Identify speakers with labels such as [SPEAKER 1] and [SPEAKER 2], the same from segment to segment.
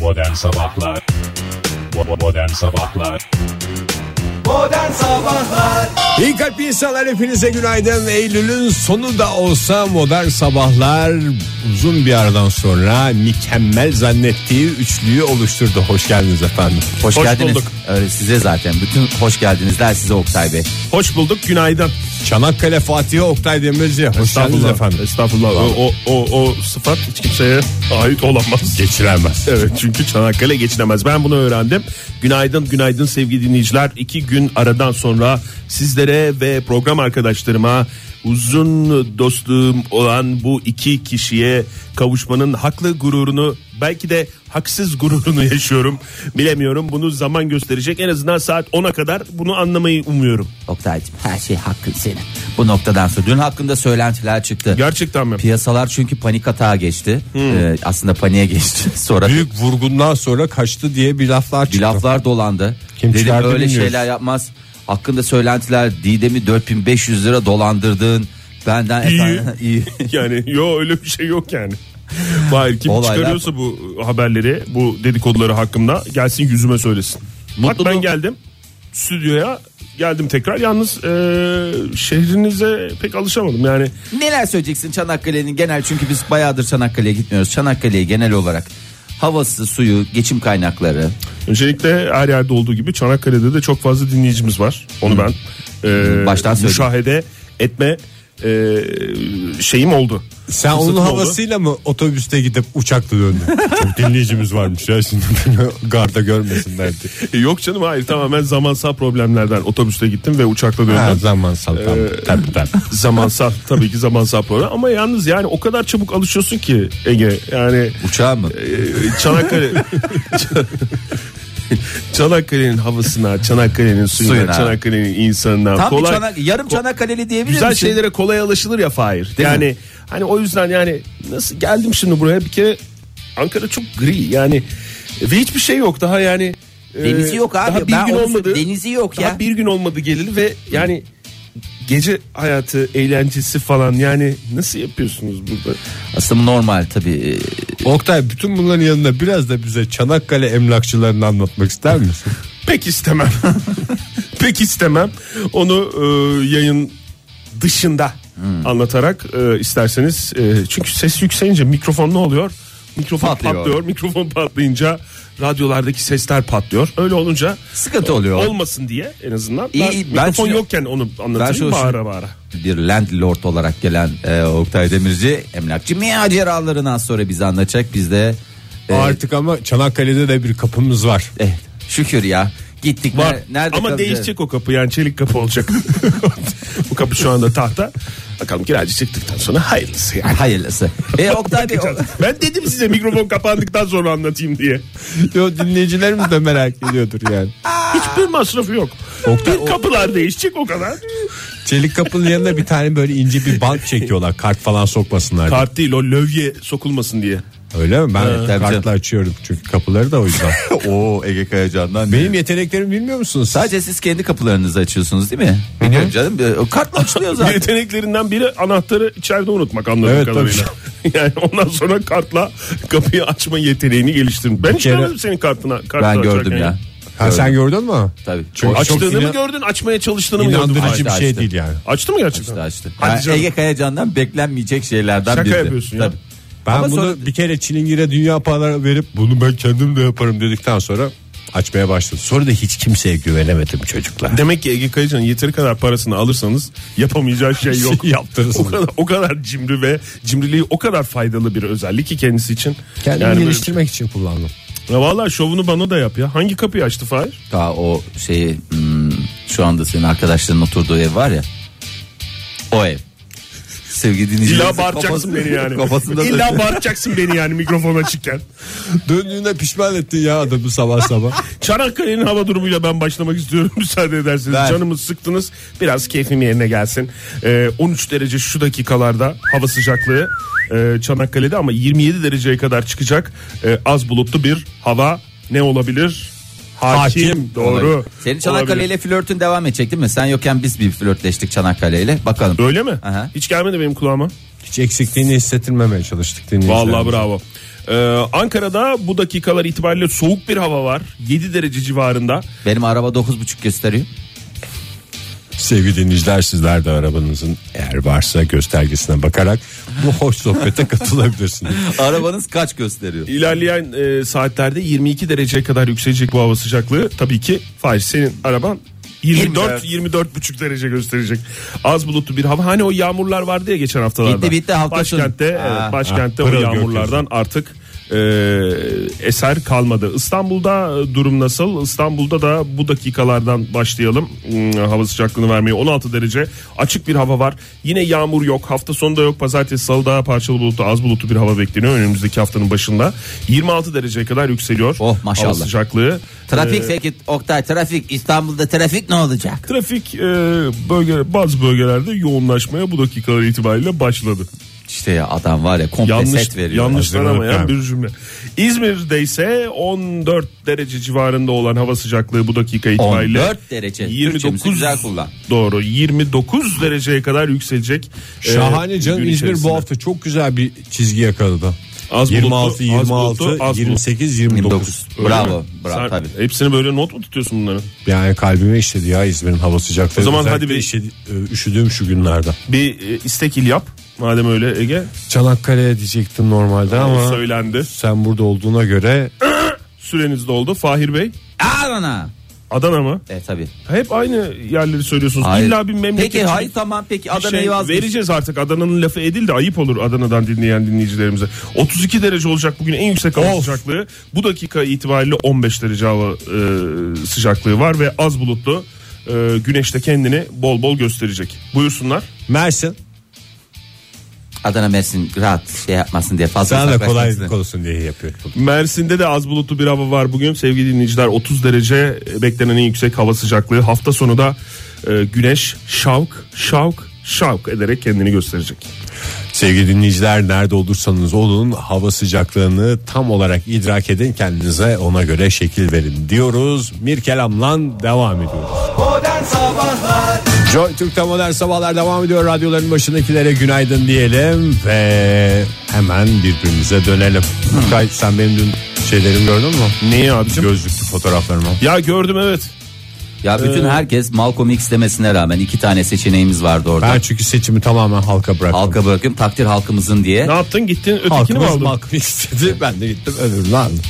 [SPEAKER 1] Modern Sabahlar Bo- Modern Sabahlar
[SPEAKER 2] Modern Sabahlar
[SPEAKER 3] İyi kalp insanlar hepinize günaydın. Eylül'ün sonu da olsa modern sabahlar uzun bir aradan sonra mükemmel zannettiği üçlüyü oluşturdu. Hoş geldiniz efendim.
[SPEAKER 4] Hoş,
[SPEAKER 5] Hoş
[SPEAKER 4] geldiniz.
[SPEAKER 5] bulduk.
[SPEAKER 4] Öyle size zaten. Bütün hoş geldinizler size Oktay Bey.
[SPEAKER 5] Hoş bulduk günaydın.
[SPEAKER 3] Çanakkale Fatih'e Oktay Demirci. Hoş geldiniz efendim.
[SPEAKER 5] Estağfurullah. O, o, o, o sıfat hiç kimseye ait olamaz.
[SPEAKER 3] Geçiremez.
[SPEAKER 5] Evet çünkü Çanakkale geçinemez. Ben bunu öğrendim. Günaydın günaydın sevgili dinleyiciler. İki gün aradan sonra sizlere ve program arkadaşlarıma uzun dostluğum olan bu iki kişiye kavuşmanın haklı gururunu belki de haksız gururunu yaşıyorum. Bilemiyorum bunu zaman gösterecek. En azından saat 10'a kadar bunu anlamayı umuyorum.
[SPEAKER 4] Oktay'cığım her şey hakkın senin. Bu noktadan sonra dün hakkında söylentiler çıktı.
[SPEAKER 5] Gerçekten mi?
[SPEAKER 4] Piyasalar çünkü panik atağa geçti. Ee, aslında paniğe geçti. Sonra
[SPEAKER 3] Büyük vurgundan sonra kaçtı diye bir laflar
[SPEAKER 4] bir
[SPEAKER 3] çıktı.
[SPEAKER 4] laflar dolandı.
[SPEAKER 3] Kim
[SPEAKER 4] Dedim
[SPEAKER 3] çıkardı
[SPEAKER 4] öyle
[SPEAKER 3] bilmiyoruz.
[SPEAKER 4] şeyler yapmaz. Hakkında söylentiler Didem'i 4500 lira dolandırdın. Benden
[SPEAKER 5] İyi.
[SPEAKER 4] efendim- iyi.
[SPEAKER 5] Yani yo öyle bir şey yok yani. Hayır kim
[SPEAKER 4] Olaylar-
[SPEAKER 5] çıkarıyorsa bu haberleri bu dedikoduları hakkımda gelsin yüzüme söylesin.
[SPEAKER 4] Mutlu
[SPEAKER 5] Bak ben
[SPEAKER 4] mu?
[SPEAKER 5] geldim stüdyoya geldim tekrar yalnız eee, şehrinize pek alışamadım yani
[SPEAKER 4] Neler söyleyeceksin Çanakkale'nin genel çünkü biz bayağıdır Çanakkale'ye gitmiyoruz. Çanakkale'yi genel olarak havası, suyu, geçim kaynakları.
[SPEAKER 5] öncelikle her yerde olduğu gibi Çanakkale'de de çok fazla dinleyicimiz var onu ben eee,
[SPEAKER 4] Baştan söyleyeyim.
[SPEAKER 5] müşahede etme eee, şeyim oldu.
[SPEAKER 3] Sen onun
[SPEAKER 5] Fırsatım oldu.
[SPEAKER 3] havasıyla mı otobüste gidip uçakla döndün? Çok dinleyicimiz varmış ya şimdi garda görmesinler diye.
[SPEAKER 5] E, Yok canım hayır tamamen zamansal problemlerden otobüste gittim ve uçakla döndüm.
[SPEAKER 3] Ha, zaman saltan. Tabii tabii.
[SPEAKER 5] Ee, zamansal tabii ki zamansal program ama yalnız yani o kadar çabuk alışıyorsun ki Ege yani
[SPEAKER 4] Uçağı mı?
[SPEAKER 5] e, Çanakkale Ç- Çanakkale'nin havasına Çanakkale'nin suyuna,
[SPEAKER 4] Suyuna.
[SPEAKER 5] Çanakkale'nin insanına
[SPEAKER 4] Tam
[SPEAKER 5] kolay
[SPEAKER 4] bir çanak, yarım Çanakkale'li diyebilir
[SPEAKER 5] güzel
[SPEAKER 4] misin?
[SPEAKER 5] şeylere kolay alışılır ya Fahir
[SPEAKER 4] Değil
[SPEAKER 5] yani
[SPEAKER 4] mi?
[SPEAKER 5] hani o yüzden yani nasıl geldim şimdi buraya bir kere Ankara çok gri yani ve hiçbir şey yok daha yani e,
[SPEAKER 4] Denizi yok abi.
[SPEAKER 5] daha bir
[SPEAKER 4] Ben
[SPEAKER 5] gün
[SPEAKER 4] onu-
[SPEAKER 5] olmadı
[SPEAKER 4] denizi yok
[SPEAKER 5] daha
[SPEAKER 4] ya.
[SPEAKER 5] bir gün olmadı geleli ve yani gece hayatı eğlencesi falan yani nasıl yapıyorsunuz burada?
[SPEAKER 4] Aslında normal tabii. e,
[SPEAKER 3] Oktay bütün bunların yanında biraz da bize Çanakkale emlakçılarını anlatmak ister misin?
[SPEAKER 5] Pek istemem. Pek istemem. Onu e, yayın dışında
[SPEAKER 4] Hmm.
[SPEAKER 5] anlatarak e, isterseniz e, çünkü ses yükselince mikrofon ne oluyor? Mikrofon
[SPEAKER 4] Patlıyor.
[SPEAKER 5] patlıyor. Mikrofon patlayınca radyolardaki sesler patlıyor. Öyle olunca
[SPEAKER 4] Sıkıntı oluyor.
[SPEAKER 5] olmasın diye en azından.
[SPEAKER 4] İyi,
[SPEAKER 5] ben
[SPEAKER 4] iyi, ben
[SPEAKER 5] mikrofon
[SPEAKER 4] şunu-
[SPEAKER 5] yokken onu
[SPEAKER 4] Ben
[SPEAKER 5] anlatayım
[SPEAKER 4] şunu-
[SPEAKER 5] bağıra bağıra.
[SPEAKER 4] bir landlord olarak gelen e, Oktay Demirci emlakçı maceralarını az sonra bize anlatacak. Biz de e,
[SPEAKER 3] Artık ama Çanakkale'de de bir kapımız var.
[SPEAKER 4] eh, şükür ya. Gittik
[SPEAKER 5] Var.
[SPEAKER 4] Ne- nerede
[SPEAKER 5] Ama
[SPEAKER 4] kalacağız?
[SPEAKER 5] değişecek o kapı yani çelik kapı olacak. Bu kapı şu anda tahta. Bakalım kiracı çıktıktan sonra hayırlısı yani.
[SPEAKER 4] Hayırlısı. E Oktay Bey o-
[SPEAKER 5] Ben dedim size mikrofon kapandıktan sonra anlatayım diye.
[SPEAKER 3] Yo dinleyicilerimiz de merak ediyordur yani.
[SPEAKER 5] Hiçbir masrafı yok. bir kapılar değişecek o kadar.
[SPEAKER 3] Çelik kapının yanına bir tane böyle ince bir bant çekiyorlar. Kart falan sokmasınlar. diye.
[SPEAKER 5] Kart değil o lövye sokulmasın diye.
[SPEAKER 3] Öyle mi? Ben
[SPEAKER 4] tabii
[SPEAKER 3] kartla
[SPEAKER 4] canım.
[SPEAKER 3] açıyorum çünkü kapıları da o yüzden.
[SPEAKER 4] Oo Ege Kayacan'dan.
[SPEAKER 3] Benim yeteneklerimi bilmiyor musunuz?
[SPEAKER 4] Sadece siz kendi kapılarınızı açıyorsunuz değil mi? Biliyorum canım. e, o Kartla açılıyor zaten.
[SPEAKER 5] Yeteneklerinden biri anahtarı içeride unutmak anladığım
[SPEAKER 3] Evet,
[SPEAKER 5] kadarıyla. yani ondan sonra kartla kapıyı açma yeteneğini geliştirin. Ben hiç
[SPEAKER 3] kere-
[SPEAKER 5] görmedim senin kartına. kartını
[SPEAKER 4] ben gördüm
[SPEAKER 5] açarken
[SPEAKER 4] ya.
[SPEAKER 3] Ha, sen gördün mü?
[SPEAKER 4] Tabii.
[SPEAKER 3] Çok, çok
[SPEAKER 5] Açtığını mı
[SPEAKER 3] inan-
[SPEAKER 5] gördün açmaya çalıştığını mı gördün?
[SPEAKER 3] inandırıcı
[SPEAKER 4] Açtı,
[SPEAKER 3] bir şey
[SPEAKER 4] açtı.
[SPEAKER 3] değil yani.
[SPEAKER 5] Açtı mı gerçekten?
[SPEAKER 4] Açtı açtı.
[SPEAKER 5] Hadi
[SPEAKER 4] Yani
[SPEAKER 5] canım.
[SPEAKER 4] Ege Kayacan'dan beklenmeyecek şeylerden
[SPEAKER 5] Şaka
[SPEAKER 4] biri.
[SPEAKER 5] yapıyorsun ya.
[SPEAKER 3] Ben
[SPEAKER 4] Ama
[SPEAKER 3] bunu
[SPEAKER 4] sonra-
[SPEAKER 3] bir kere Çilingir'e dünya paraları verip bunu ben kendim de yaparım dedikten sonra açmaya başladım. Sonra da hiç kimseye güvenemedim çocuklar.
[SPEAKER 5] Demek ki Ege Kayacan'ın yeteri kadar parasını alırsanız yapamayacağı şey yok.
[SPEAKER 3] Yaptırırsınız.
[SPEAKER 5] O kadar, o kadar cimri ve cimriliği o kadar faydalı bir özellik ki kendisi için.
[SPEAKER 3] Kendimi
[SPEAKER 5] böyle-
[SPEAKER 3] geliştirmek için kullandım.
[SPEAKER 5] Ya Valla şovunu bana da yap ya. Hangi kapıyı açtı Fahir?
[SPEAKER 4] Ta o şeyi hmm, şu anda senin arkadaşların oturduğu ev var ya. O ev. Sevgili dinleyiciler.
[SPEAKER 5] İlla bağıracaksın beni yani.
[SPEAKER 4] Kafasında
[SPEAKER 5] İlla bağıracaksın beni yani mikrofon açıkken.
[SPEAKER 3] Döndüğünde pişman ettin ya adamı sabah sabah.
[SPEAKER 5] Çanakkale'nin hava durumuyla ben başlamak istiyorum müsaade ederseniz.
[SPEAKER 4] Ver.
[SPEAKER 5] Canımı sıktınız. Biraz keyfim yerine gelsin. Ee, 13 derece şu dakikalarda hava sıcaklığı e, Çanakkale'de Ee, ama 27 dereceye kadar çıkacak. E, az bulutlu bir hava ne olabilir? Hakim, doğru.
[SPEAKER 4] Senin Çanakkale
[SPEAKER 5] Olabilir.
[SPEAKER 4] ile flörtün devam edecek değil mi? Sen yokken biz bir flörtleştik Çanakkale ile. Bakalım.
[SPEAKER 5] Öyle mi?
[SPEAKER 4] Aha.
[SPEAKER 5] Hiç gelmedi benim kulağıma.
[SPEAKER 3] Hiç eksikliğini hissettirmemeye çalıştık dinleyicilerimize.
[SPEAKER 5] Vallahi bravo. Ee, Ankara'da bu dakikalar itibariyle soğuk bir hava var. 7 derece civarında.
[SPEAKER 4] Benim araba 9.5 gösteriyor.
[SPEAKER 3] Sevgili dinleyiciler sizler de arabanızın eğer varsa göstergesine bakarak bu hoş sohbete katılabilirsiniz.
[SPEAKER 4] Arabanız kaç gösteriyor?
[SPEAKER 5] İlerleyen e, saatlerde 22 dereceye kadar yükselecek bu hava sıcaklığı. Tabii ki Fahir senin araban 24 24 buçuk derece gösterecek. Az bulutlu bir hava. Hani o yağmurlar vardı ya geçen haftalarda.
[SPEAKER 4] Bitti, bitti, hafta sonu. Ah.
[SPEAKER 5] Başkentte evet,
[SPEAKER 4] Ha.
[SPEAKER 5] başkentte
[SPEAKER 3] Ha,
[SPEAKER 5] o
[SPEAKER 3] pırıl
[SPEAKER 5] yağmurlardan artık e, eser kalmadı. İstanbul'da e, durum nasıl? İstanbul'da da bu dakikalardan başlayalım. Hmm, hava sıcaklığını vermeye 16 derece açık bir hava var. Yine yağmur yok. Hafta sonu da yok. Pazartesi salı daha parçalı bulutlu az bulutlu bir hava bekleniyor önümüzdeki haftanın başında. 26 dereceye kadar yükseliyor.
[SPEAKER 4] Oh, maşallah.
[SPEAKER 5] Hava sıcaklığı.
[SPEAKER 4] Trafik
[SPEAKER 5] E,
[SPEAKER 4] sevgili Oktay trafik İstanbul'da trafik ne olacak?
[SPEAKER 5] Trafik e, bölge, bazı bölgelerde yoğunlaşmaya bu dakikalar itibariyle başladı.
[SPEAKER 4] İşte ya adam var ya komple set
[SPEAKER 5] Yanlış,
[SPEAKER 4] veriyor.
[SPEAKER 5] yanlışlanamayan
[SPEAKER 3] Hazırlıklar.
[SPEAKER 5] bir cümle. İzmir'de ise 14 derece civarında olan hava sıcaklığı bu dakika itibariyle
[SPEAKER 4] 14 derece. Türkçemizi güzel kullan.
[SPEAKER 5] Doğru. 29 dereceye kadar yükselecek. e,
[SPEAKER 3] Şahane canım
[SPEAKER 5] gün
[SPEAKER 3] İzmir
[SPEAKER 5] içerisinde.
[SPEAKER 3] bu hafta çok güzel bir çizgi yakaladı.
[SPEAKER 5] Az bulutlu,
[SPEAKER 3] 26,
[SPEAKER 5] az
[SPEAKER 3] 26,
[SPEAKER 5] bulutlu, az
[SPEAKER 3] 28, 29.
[SPEAKER 4] 29.
[SPEAKER 5] Öyle
[SPEAKER 4] Bravo.
[SPEAKER 5] mi?
[SPEAKER 4] Bravo
[SPEAKER 5] Sen
[SPEAKER 4] tabii.
[SPEAKER 5] Hepsini böyle not mu tutuyorsun bunların?
[SPEAKER 3] Yani kalbime işledi ya İzmir'in hava sıcaklığı.
[SPEAKER 5] O zaman
[SPEAKER 3] Özellikle
[SPEAKER 5] hadi bir-
[SPEAKER 3] işedi- e, üşüdüğüm şu günlerde.
[SPEAKER 5] Bir e, istek il yap. Madem öyle Ege.
[SPEAKER 3] Çanakkale'ye diyecektim normalde ama
[SPEAKER 5] Söylendi.
[SPEAKER 3] sen burada olduğuna göre
[SPEAKER 5] Süreniz doldu. Fahir Bey.
[SPEAKER 4] Adana.
[SPEAKER 5] Adana mı?
[SPEAKER 4] E tabii.
[SPEAKER 5] Hep aynı yerleri söylüyorsunuz.
[SPEAKER 4] Hayır.
[SPEAKER 5] İlla bir memleket.
[SPEAKER 4] Peki hayır tamam peki
[SPEAKER 5] Bir
[SPEAKER 4] Adana'yı
[SPEAKER 5] şey
[SPEAKER 4] vazgeç.
[SPEAKER 5] vereceğiz artık Adana'nın lafı edil de ayıp olur Adana'dan dinleyen dinleyicilerimize. 32 derece olacak bugün en yüksek hava sıcaklığı. Bu dakika itibariyle 15 derece hava e, sıcaklığı var ve az bulutlu. E, güneş de kendini bol bol gösterecek. Buyursunlar.
[SPEAKER 3] Mersin
[SPEAKER 4] Adana Mersin rahat şey yapmasın diye fazla
[SPEAKER 3] sana da
[SPEAKER 4] uzaklaşmasın diye.
[SPEAKER 3] kolaylık olsun diye yapıyor. bunu.
[SPEAKER 5] Mersin'de de az bulutlu bir hava var bugün. Sevgili dinleyiciler 30 derece beklenen en yüksek hava sıcaklığı. Hafta sonu da e, güneş şavk şavk şavk ederek kendini gösterecek.
[SPEAKER 3] Sevgili dinleyiciler nerede olursanız olun hava sıcaklığını tam olarak idrak edin kendinize ona göre şekil verin diyoruz. Mirkelam'la devam ediyoruz.
[SPEAKER 2] Modern Sabahlar
[SPEAKER 3] Joy Türk'te modern sabahlar devam ediyor. Radyoların başındakilere günaydın diyelim ve hemen birbirimize dönelim. Kay, sen benim dün şeylerimi gördün mü?
[SPEAKER 5] Niye abicim?
[SPEAKER 3] Gözlüklü fotoğraflarımı.
[SPEAKER 5] Ya gördüm evet.
[SPEAKER 4] Ya
[SPEAKER 5] Ee,
[SPEAKER 4] bütün herkes Malcolm X demesine rağmen iki tane seçeneğimiz vardı orada.
[SPEAKER 3] Ben çünkü seçimi tamamen halka bıraktım.
[SPEAKER 4] Halka bırakayım takdir halkımızın diye.
[SPEAKER 5] Ne yaptın gittin ötekini mi
[SPEAKER 3] Halkımız
[SPEAKER 5] aldın?
[SPEAKER 3] Malcolm istedi. Ben de gittim öbürünü aldım.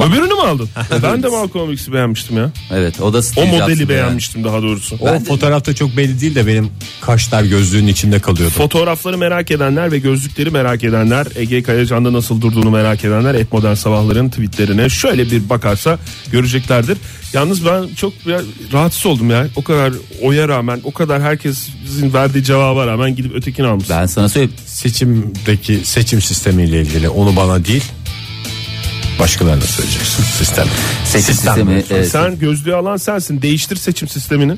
[SPEAKER 5] Öbürünü mü aldın? ben de Malcolm X'i beğenmiştim ya.
[SPEAKER 4] Evet o da
[SPEAKER 5] O
[SPEAKER 4] Steve Jobs'ın
[SPEAKER 5] modeli
[SPEAKER 4] yani.
[SPEAKER 5] beğenmiştim daha doğrusu.
[SPEAKER 3] O fotoğrafta çok belli değil de benim kaşlar gözlüğün içinde kalıyordu.
[SPEAKER 5] Fotoğrafları merak edenler ve gözlükleri merak edenler Ege Kayacan'da nasıl durduğunu merak edenler Et Modern Sabahların tweetlerine şöyle bir bakarsa göreceklerdir. Yalnız ben çok biraz rahatsız oldum ya. O kadar oya rağmen o kadar herkesin verdiği cevaba rağmen gidip ötekini almış.
[SPEAKER 4] Ben sana söyleyeyim
[SPEAKER 3] Seçimdeki seçim sistemiyle ilgili onu bana değil başkalarına söyleyeceksin sistem.
[SPEAKER 4] seçim sistemi. e,
[SPEAKER 5] Sen gözlüğü alan sensin. Değiştir seçim sistemini.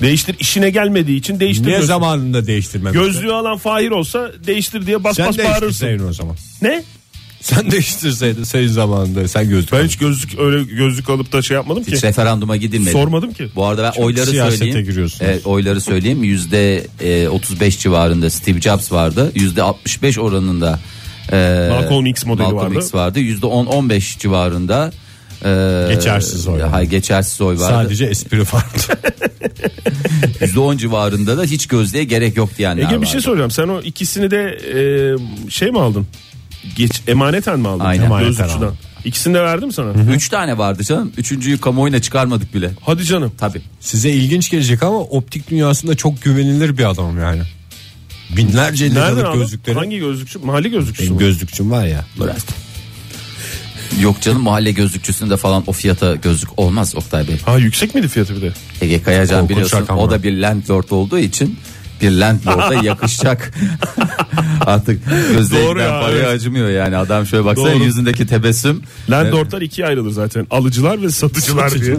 [SPEAKER 5] Değiştir işine gelmediği için değiştir.
[SPEAKER 3] Ne
[SPEAKER 5] gözlüğü.
[SPEAKER 3] zamanında değiştirmem?
[SPEAKER 5] Gözlüğü alan Fahir olsa değiştir diye bas
[SPEAKER 3] Sen
[SPEAKER 5] bas bağırırsın.
[SPEAKER 3] değiştirseydin o zaman.
[SPEAKER 5] Ne?
[SPEAKER 3] Sen değiştirseydin senin zamanında sen gözlük.
[SPEAKER 5] Ben hiç gözlük öyle gözlük alıp da şey yapmadım ki.
[SPEAKER 4] hiç referanduma gidilmedi.
[SPEAKER 5] Sormadım ki.
[SPEAKER 4] Bu arada ben oyları
[SPEAKER 3] siyasete
[SPEAKER 4] söyleyeyim.
[SPEAKER 3] giriyorsunuz.
[SPEAKER 4] Evet, oyları söyleyeyim. Yüzde e, 35 civarında Steve Jobs vardı. Yüzde 65 oranında e,
[SPEAKER 5] Malcolm X modeli
[SPEAKER 4] Malcolm
[SPEAKER 5] vardı.
[SPEAKER 4] X vardı. Yüzde 10-15 civarında e,
[SPEAKER 3] Geçersiz oy.
[SPEAKER 4] Hayır, geçersiz oy vardı.
[SPEAKER 3] Sadece espri farklı.
[SPEAKER 4] Yüzde 10 civarında da hiç gözlüğe gerek yok diyenler
[SPEAKER 5] Ege bir
[SPEAKER 4] vardı.
[SPEAKER 5] şey soracağım. Sen o ikisini de e, şey mi aldın? Geç emaneten mi aldın?
[SPEAKER 4] Aynen.
[SPEAKER 3] Emaneten
[SPEAKER 5] Gözlükçüden.
[SPEAKER 3] aldım.
[SPEAKER 5] İkisini de verdim sana.
[SPEAKER 4] Üç tane vardı canım. Üçüncüyü kamuoyuna çıkarmadık bile.
[SPEAKER 5] Hadi canım.
[SPEAKER 4] Tabii.
[SPEAKER 3] Size ilginç gelecek ama optik dünyasında çok güvenilir bir adam yani. Binlerce
[SPEAKER 5] Nereden
[SPEAKER 3] liralık
[SPEAKER 5] aldın?
[SPEAKER 3] gözlükleri.
[SPEAKER 5] Hangi gözlükçü? Mahalle gözlükçüsü
[SPEAKER 3] Benim
[SPEAKER 5] mü?
[SPEAKER 3] gözlükçüm var ya.
[SPEAKER 4] Yok canım mahalle gözlükçüsünde falan o fiyata gözlük olmaz Oktay Bey.
[SPEAKER 5] ha yüksek miydi fiyatı bir de?
[SPEAKER 4] Ege Kayacan
[SPEAKER 3] Korkunç
[SPEAKER 4] biliyorsun
[SPEAKER 3] rakam
[SPEAKER 4] o
[SPEAKER 3] var.
[SPEAKER 4] da bir landlord olduğu için bir landlord'a yakışacak. Artık
[SPEAKER 5] Doğru ya,
[SPEAKER 4] gözlerinden paraya
[SPEAKER 5] evet.
[SPEAKER 4] acımıyor yani adam şöyle baksana
[SPEAKER 5] Doğru.
[SPEAKER 4] yüzündeki tebessüm.
[SPEAKER 5] Landlordlar ikiye ayrılır zaten. Alıcılar ve satıcılar diye.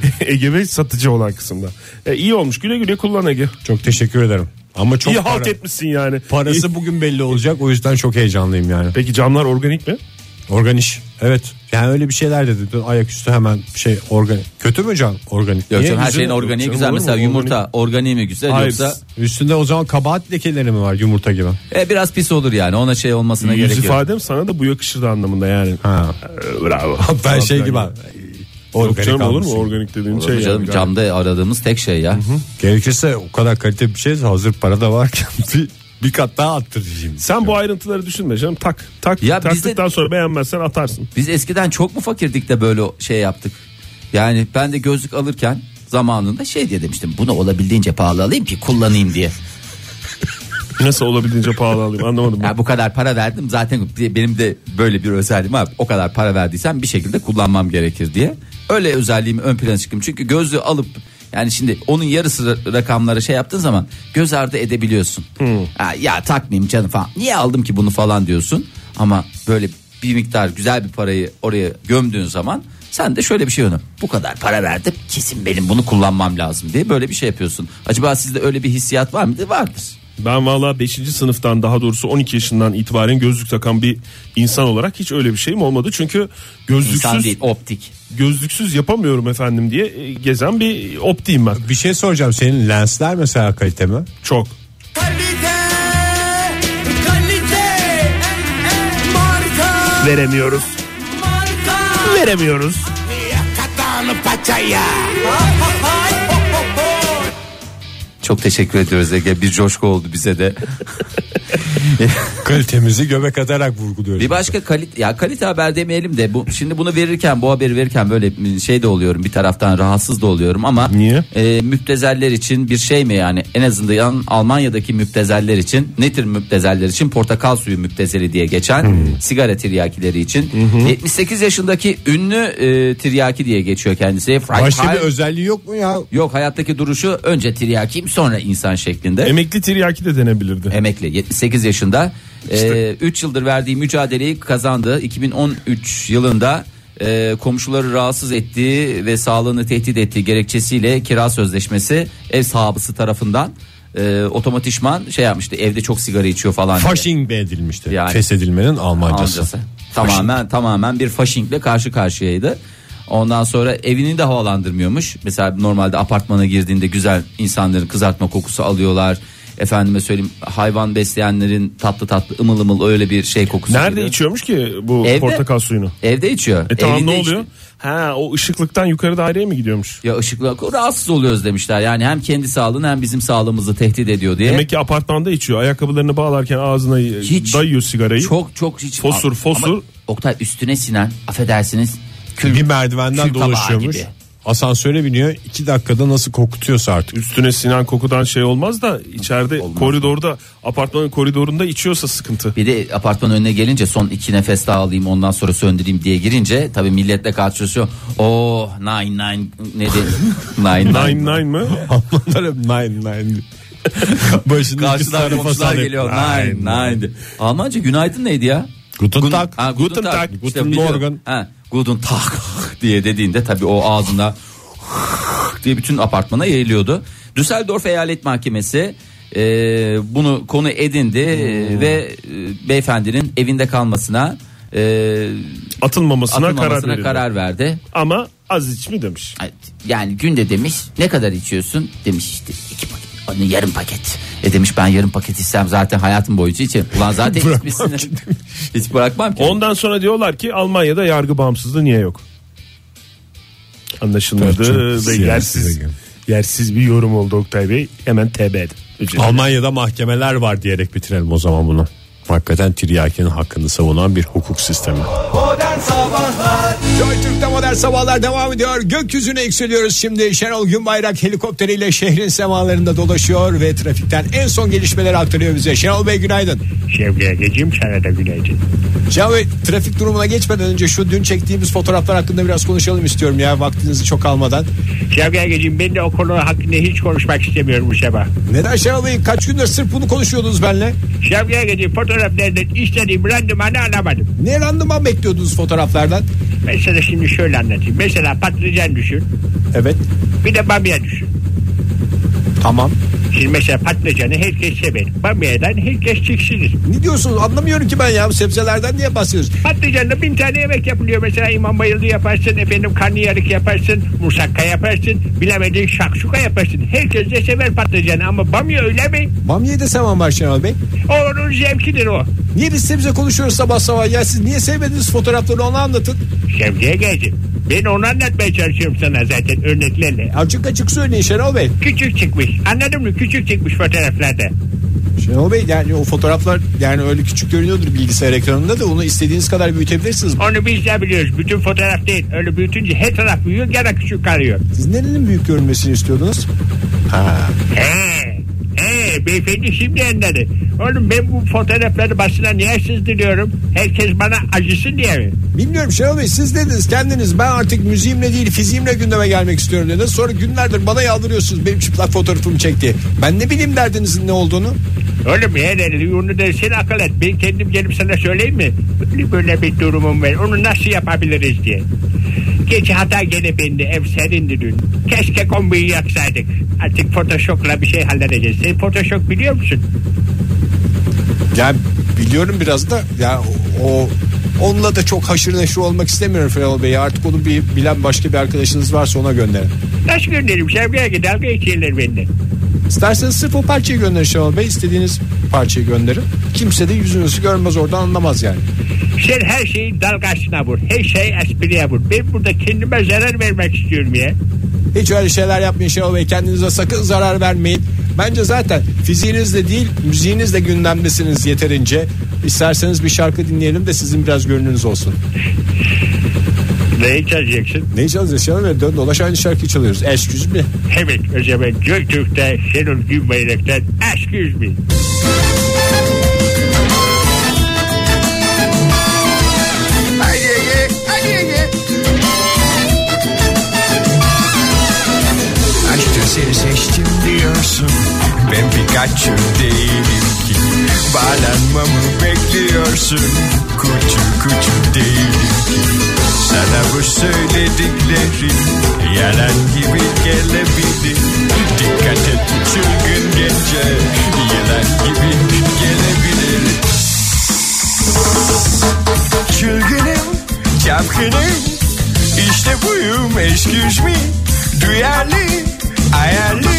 [SPEAKER 5] Ege Bey satıcı olan kısımda. E, iyi olmuş. Güle güle kullan Ege.
[SPEAKER 3] Çok teşekkür ederim. Ama çok
[SPEAKER 5] iyi
[SPEAKER 3] para-
[SPEAKER 5] halt etmişsin yani. İyi.
[SPEAKER 3] parası bugün belli olacak. O yüzden çok heyecanlıyım yani.
[SPEAKER 5] Peki camlar organik mi?
[SPEAKER 3] Organiş. Evet. Yani öyle bir şeyler dedi. Dün Ayaküstü hemen şey organik. Kötü mü can organik?
[SPEAKER 4] Yok
[SPEAKER 3] Niye?
[SPEAKER 4] canım, her
[SPEAKER 3] Üzüm-
[SPEAKER 4] şeyin
[SPEAKER 3] Yok
[SPEAKER 4] organiği
[SPEAKER 3] canım,
[SPEAKER 4] güzel.
[SPEAKER 3] olur mu?
[SPEAKER 4] Mesela yumurta organiği mi güzel
[SPEAKER 5] Hayır.
[SPEAKER 4] yoksa
[SPEAKER 3] Üstünde o zaman kabahat lekeleri mi var yumurta gibi?
[SPEAKER 4] e, biraz pis olur yani. Ona şey olmasına
[SPEAKER 5] Yüz
[SPEAKER 4] gerek yok.
[SPEAKER 5] ifadem sana da bu yakışırdı anlamında yani.
[SPEAKER 3] Ha.
[SPEAKER 5] Ee, Bravo.
[SPEAKER 3] Ben şey
[SPEAKER 5] Falan
[SPEAKER 3] gibi.
[SPEAKER 5] filan.
[SPEAKER 3] abi,
[SPEAKER 5] Yok canım olur mu
[SPEAKER 3] almışsın.
[SPEAKER 5] organik dediğin
[SPEAKER 4] Olur
[SPEAKER 5] şey
[SPEAKER 4] mu canım,
[SPEAKER 5] yani.
[SPEAKER 4] camda aradığımız tek şey ya.
[SPEAKER 3] Gerekirse o kadar kaliteli bir şey hazır para da varken bir, bir kat daha attırayım.
[SPEAKER 5] Sen bu ayrıntıları düşünme canım tak tak
[SPEAKER 4] Ya bizde-
[SPEAKER 5] taktıktan sonra beğenmezsen atarsın.
[SPEAKER 4] Biz eskiden çok mu fakirdik de böyle şey yaptık? Yani ben de gözlük alırken zamanında şey diye demiştim. Bunu olabildiğince pahalı alayım ki kullanayım diye.
[SPEAKER 5] Nasıl olabildiğince pahalı alayım anlamadım. ben.
[SPEAKER 4] Ya bu kadar para verdim zaten benim de böyle bir özelliğim var. O kadar para verdiysem bir şekilde kullanmam gerekir diye. Öyle özelliğimi ön plana çıkım. Çünkü gözlüğü alıp yani şimdi onun yarısı ra- rakamlara şey yaptığın zaman göz ardı edebiliyorsun. Ha, ya takmayayım canım falan. Niye aldım ki bunu falan diyorsun. Ama böyle bir miktar güzel bir parayı oraya gömdüğün zaman sen de şöyle bir şey onu bu kadar para verdim kesin benim bunu kullanmam lazım diye böyle bir şey yapıyorsun. Acaba sizde öyle bir hissiyat var mıdır? Vardır.
[SPEAKER 5] Ben valla 5. sınıftan daha doğrusu 12 yaşından itibaren gözlük takan bir insan olarak hiç öyle bir şeyim olmadı. Çünkü
[SPEAKER 4] İnsan
[SPEAKER 5] gözlüksüz
[SPEAKER 4] değil optik.
[SPEAKER 5] gözlüksüz yapamıyorum efendim diye e, gezen bir optiyim ben.
[SPEAKER 3] Bir şey soracağım senin lensler mesela kalite mi?
[SPEAKER 5] Çok.
[SPEAKER 2] Kalite, kalite, marka,
[SPEAKER 5] Veremiyoruz.
[SPEAKER 2] marka.
[SPEAKER 5] Veremiyoruz.
[SPEAKER 4] Çok teşekkür ediyoruz Ege. Bir coşku oldu bize de.
[SPEAKER 3] Kalitemizi göbek atarak vurguluyoruz.
[SPEAKER 4] bir başka kalite ya kalite haber demeyelim de bu şimdi bunu verirken bu haberi verirken böyle şey de oluyorum bir taraftan rahatsız da oluyorum ama
[SPEAKER 5] Niye?
[SPEAKER 4] e, müptezeller için bir şey mi yani en azından Almanya'daki müptezeller için nedir müptezeller için portakal suyu müptezeli diye geçen
[SPEAKER 3] Hmm.
[SPEAKER 4] sigara tiryakileri için 78 yaşındaki ünlü e, tiryaki diye geçiyor kendisi.
[SPEAKER 3] Başka bir
[SPEAKER 4] Freihal-
[SPEAKER 3] özelliği yok mu ya?
[SPEAKER 4] Yok hayattaki duruşu önce tiryakiyim sonra insan şeklinde.
[SPEAKER 5] Emekli tiryaki de denebilirdi.
[SPEAKER 4] emekli 78 yaşında 3 yıldır verdiği mücadeleyi kazandı 2013 yılında e, komşuları rahatsız ettiği ve sağlığını tehdit ettiği gerekçesiyle kira sözleşmesi ev sahibi tarafından e, otomatikman şey yapmıştı evde çok sigara içiyor falan diye.
[SPEAKER 3] Faşing be edilmişti.
[SPEAKER 4] Yani.
[SPEAKER 3] Feshedilmenin Almancası.
[SPEAKER 4] Amcası. Tamamen tamamen bir faşingle karşı karşıyaydı. Ondan sonra evini de havalandırmıyormuş. Mesela normalde apartmana girdiğinde güzel insanların kızartma kokusu alıyorlar. Efendime söyleyeyim hayvan besleyenlerin tatlı tatlı ımıl ımıl öyle bir şey kokusu.
[SPEAKER 5] Nerede
[SPEAKER 4] geliyor.
[SPEAKER 5] içiyormuş ki bu
[SPEAKER 4] Evde.
[SPEAKER 5] portakal suyunu?
[SPEAKER 4] Evde içiyor.
[SPEAKER 5] E tamam
[SPEAKER 4] Evinde
[SPEAKER 5] ne
[SPEAKER 4] içti.
[SPEAKER 5] oluyor? Ha o ışıklıktan yukarı daireye mi gidiyormuş?
[SPEAKER 4] Ya ışıkla rahatsız oluyoruz demişler. Yani hem kendi sağlığını hem bizim sağlığımızı tehdit ediyor diye.
[SPEAKER 5] Demek ki apartmanda içiyor. Ayakkabılarını bağlarken ağzına e,
[SPEAKER 4] Hiç.
[SPEAKER 5] dayıyor sigarayı.
[SPEAKER 4] çok çok hiç
[SPEAKER 5] Fosur,
[SPEAKER 4] Ama
[SPEAKER 5] fosur.
[SPEAKER 4] Oktay üstüne sinen affedersiniz. Kül,
[SPEAKER 3] Bir merdivenden
[SPEAKER 4] kül kabağı
[SPEAKER 3] dolaşıyormuş.
[SPEAKER 4] gibi.
[SPEAKER 3] Asansöre biniyor. iki dakikada nasıl kokutuyorsa artık.
[SPEAKER 5] Üstüne sinen kokudan şey olmaz da içeride koridorda apartmanın koridorunda içiyorsa sıkıntı.
[SPEAKER 4] Bir de apartman önüne gelince son iki nefes daha alayım ondan sonra söndüreyim diye girince tabii milletle karşılaşıyor. O nine nine ne de nine nine.
[SPEAKER 5] Nine nine mı?
[SPEAKER 3] Almanlar hep nine nine. Başında
[SPEAKER 4] Karşıdan komşular geliyor nine nine. de. Almanca günaydın neydi ya?
[SPEAKER 3] Guten Tag.
[SPEAKER 4] Ha,
[SPEAKER 3] Guten Tag.
[SPEAKER 4] İşte
[SPEAKER 3] Guten
[SPEAKER 4] biliyorum.
[SPEAKER 3] Morgen.
[SPEAKER 4] Ha, guten Tag diye dediğinde tabii o ağzına diye bütün apartmana yayılıyordu. Düsseldorf Eyalet Mahkemesi e, bunu konu edindi
[SPEAKER 3] Hmm.
[SPEAKER 4] e, ve e, beyefendinin evinde kalmasına e,
[SPEAKER 5] Atılmamasına, karar
[SPEAKER 4] atılmamasına
[SPEAKER 5] verildi.
[SPEAKER 4] karar verdi.
[SPEAKER 5] Ama az iç mi demiş.
[SPEAKER 4] Ay, Yani günde demiş ne kadar içiyorsun demiş işte iki paket onun yarım paket. E demiş ben yarım paket içsem zaten hayatım boyunca içerim. Ulan zaten içmişsin. Hiç bırakmam ki.
[SPEAKER 5] Ondan sonra diyorlar ki Almanya'da yargı bağımsızlığı niye yok? Anlaşılmadı
[SPEAKER 3] Çok
[SPEAKER 5] ve
[SPEAKER 3] siyasi
[SPEAKER 5] yersiz
[SPEAKER 3] bir gün.
[SPEAKER 5] yersiz bir yorum oldu Oktay Bey. Hemen TB'de.
[SPEAKER 3] Almanya'da mahkemeler var diyerek bitirelim o zaman bunu. Hakikaten tiryakinin hakkını savunan bir hukuk sistemi.
[SPEAKER 2] Modern Sabahlar
[SPEAKER 3] Joy Türk'te modern sabahlar devam ediyor. Gökyüzüne yükseliyoruz şimdi. Şenol Günbayrak helikopteriyle şehrin semalarında dolaşıyor ve trafikten en son gelişmeleri aktarıyor bize. Şenol Bey günaydın.
[SPEAKER 6] Şevriye gecim sana da günaydın.
[SPEAKER 3] Şenol Bey trafik durumuna geçmeden önce şu dün çektiğimiz fotoğraflar hakkında biraz konuşalım istiyorum ya vaktinizi çok almadan.
[SPEAKER 6] Şevriye gecim ben de o konu hakkında hiç konuşmak istemiyorum bu sabah.
[SPEAKER 3] Neden Şenol Bey kaç gündür sırf bunu konuşuyordunuz benimle?
[SPEAKER 6] Şevriye gecim fotoğraflardan istediğim randımanı alamadım.
[SPEAKER 3] Ne randıman bekliyordunuz fotoğraflardan?
[SPEAKER 6] Ben sana şimdi şöyle anlatayım. Mesela patlıcan düşün.
[SPEAKER 3] Evet
[SPEAKER 6] Bir de bamya düşün.
[SPEAKER 3] tamam.
[SPEAKER 6] Şimdi mesela patlıcanı herkes sever. Bamya'dan herkes tiksinir.
[SPEAKER 3] Ne diyorsunuz anlamıyorum ki ben ya sebzelerden niye bahsediyoruz?
[SPEAKER 6] Patlıcanla bin tane yemek yapılıyor. Mesela imam bayıldı yaparsın, efendim karnıyarık yaparsın, musakka yaparsın, bilemedin şakşuka yaparsın. Herkes de sever patlıcanı ama bamya öyle mi?
[SPEAKER 3] Bamya'yı da seven var Şenol Bey.
[SPEAKER 6] Onun zevkidir o.
[SPEAKER 3] Niye biz sebze konuşuyoruz sabah sabah ya siz niye sevmediniz fotoğrafları onu anlatın.
[SPEAKER 6] Şevki'ye geldim. Ben onu anlatmaya çalışıyorum sana zaten örneklerle.
[SPEAKER 3] Açık açık söyleyin Şenol Bey.
[SPEAKER 6] Küçük çıkmış. Anladın mı? Küçük çıkmış fotoğraflarda.
[SPEAKER 3] Şenol Bey yani o fotoğraflar yani öyle küçük görünüyordur bilgisayar ekranında da onu istediğiniz kadar büyütebilirsiniz.
[SPEAKER 6] Onu biz de biliyoruz. Bütün fotoğraf değil. Öyle büyütünce her taraf büyüyor gene küçük kalıyor.
[SPEAKER 3] Siz nerenin büyük görünmesini istiyordunuz?
[SPEAKER 6] He. He beyefendi şimdi anladı. Oğlum ben bu fotoğrafları basına niye sızdırıyorum? Herkes bana acısın diye mi?
[SPEAKER 3] Bilmiyorum Şenol Bey siz dediniz kendiniz ben artık müziğimle değil fiziğimle gündeme gelmek istiyorum dediniz. Sonra günlerdir bana yaldırıyorsunuz benim çıplak fotoğrafımı çekti. Ben ne bileyim derdinizin ne olduğunu.
[SPEAKER 6] Oğlum herhalde onu da sen akıl et. Ben kendim gelip sana söyleyeyim mi? Böyle böyle bir durumum var. Onu nasıl yapabiliriz diye. Gece hata gene bende ev serindi dün. Keşke kombiyi yaksaydık. Artık Photoshop'la bir şey halledeceğiz. Sen Photoshop biliyor musun?
[SPEAKER 3] Yani biliyorum biraz da ya o onunla da çok haşır neşir olmak istemiyorum Şenol Bey. Artık onu bir bilen başka bir arkadaşınız varsa ona gönderin.
[SPEAKER 6] Nasıl gönderirim? Sevgiye dalga geçiyorlar benden.
[SPEAKER 3] İsterseniz sırf o parçayı gönderin Şenol Bey. İstediğiniz parçayı gönderin. Kimse de yüzünüzü görmez orada anlamaz yani.
[SPEAKER 6] Sen her şeyi dalgasına vur. Her şeyi espriye vur. Ben burada kendime zarar vermek istiyorum ya.
[SPEAKER 3] Hiç öyle şeyler yapmayın Şenol Bey. Kendinize sakın zarar vermeyin. Bence zaten fiziğinizle değil müziğinizle gündemdesiniz yeterince. İsterseniz bir şarkı dinleyelim de sizin biraz görününüz olsun.
[SPEAKER 6] Neyi çalacaksın?
[SPEAKER 3] Neyi çalacağız Şenol Bey? Dön dolaş aynı şarkıyı çalıyoruz. Excuse mi?
[SPEAKER 6] Evet o zaman Göktürk'te Şenol Günbayrak'tan aşk yüz bin.
[SPEAKER 7] Aşkta seni seçtim diyorsun Ben Pikachu değilim ki Bağlanmamı bekliyorsun Kuçu kuçu değilim ki Sana bu söylediklerim Yalan gibi gelebilir Dikkat et çılgın gece Yalan gibi gelebilir Çılgınım, çapkınım İşte buyum, excuse me Duyarlı, ayarlı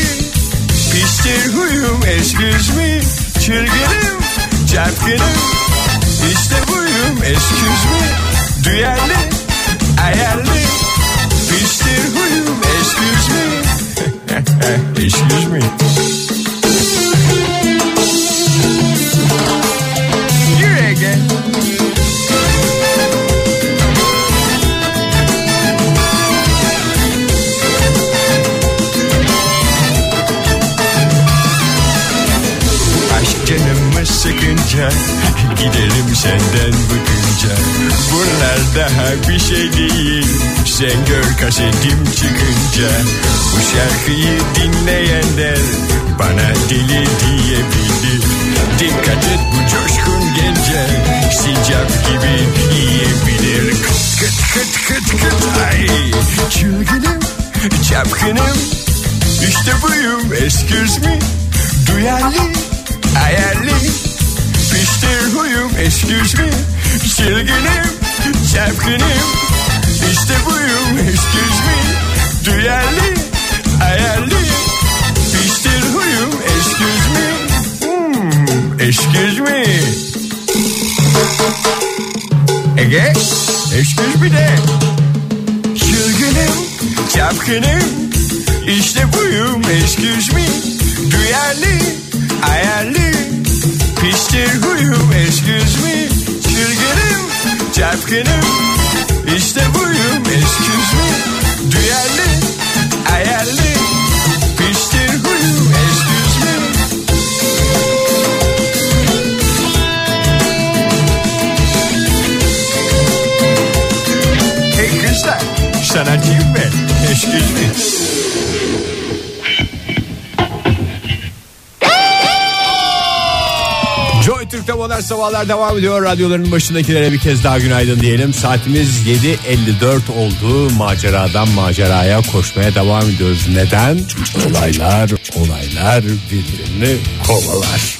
[SPEAKER 7] Piştir huyum, excuse me Çılgınım, çapkınım İşte buyum, excuse me Duyarlı, ayarlı Piştir huyum, excuse me Excuse me Here again Aşk canımı sıkınca Giderim senden bıkınca Bunlar daha bir şey değil Sen gör kasetim çıkınca Bu şarkıyı dinleyenler Bana deli diyebilir Dikkat et bu coşkun gence Sincap gibi yiyebilir Kıt kıt kıt kıt kıt Ay çılgınım Çapkınım işte buyum excuse me Duyarlı ayarlı Piştir huyum excuse me Çılgınım çapkınım İşte buyum excuse me Duyarlı ayarlı Piştir huyum excuse me hmm, Excuse me Ege excuse me de Çılgınım, çapkınım İşte buyum, excuse me Duyarlı, ayarlı Piştir huyum, excuse me Çılgınım, çapkınım İşte buyum, excuse me Duyarlı, ayarlı Piştir huyum, excuse me Hey kızlar, sanatçıyım ben Excuse me
[SPEAKER 3] Joy Türk'te Modern Sabahlar devam ediyor. Radyoların başındakilere bir kez daha günaydın diyelim. Saatimiz 7.54 oldu. Maceradan maceraya koşmaya devam ediyoruz. Neden? Olaylar, olaylar birbirini kovalar.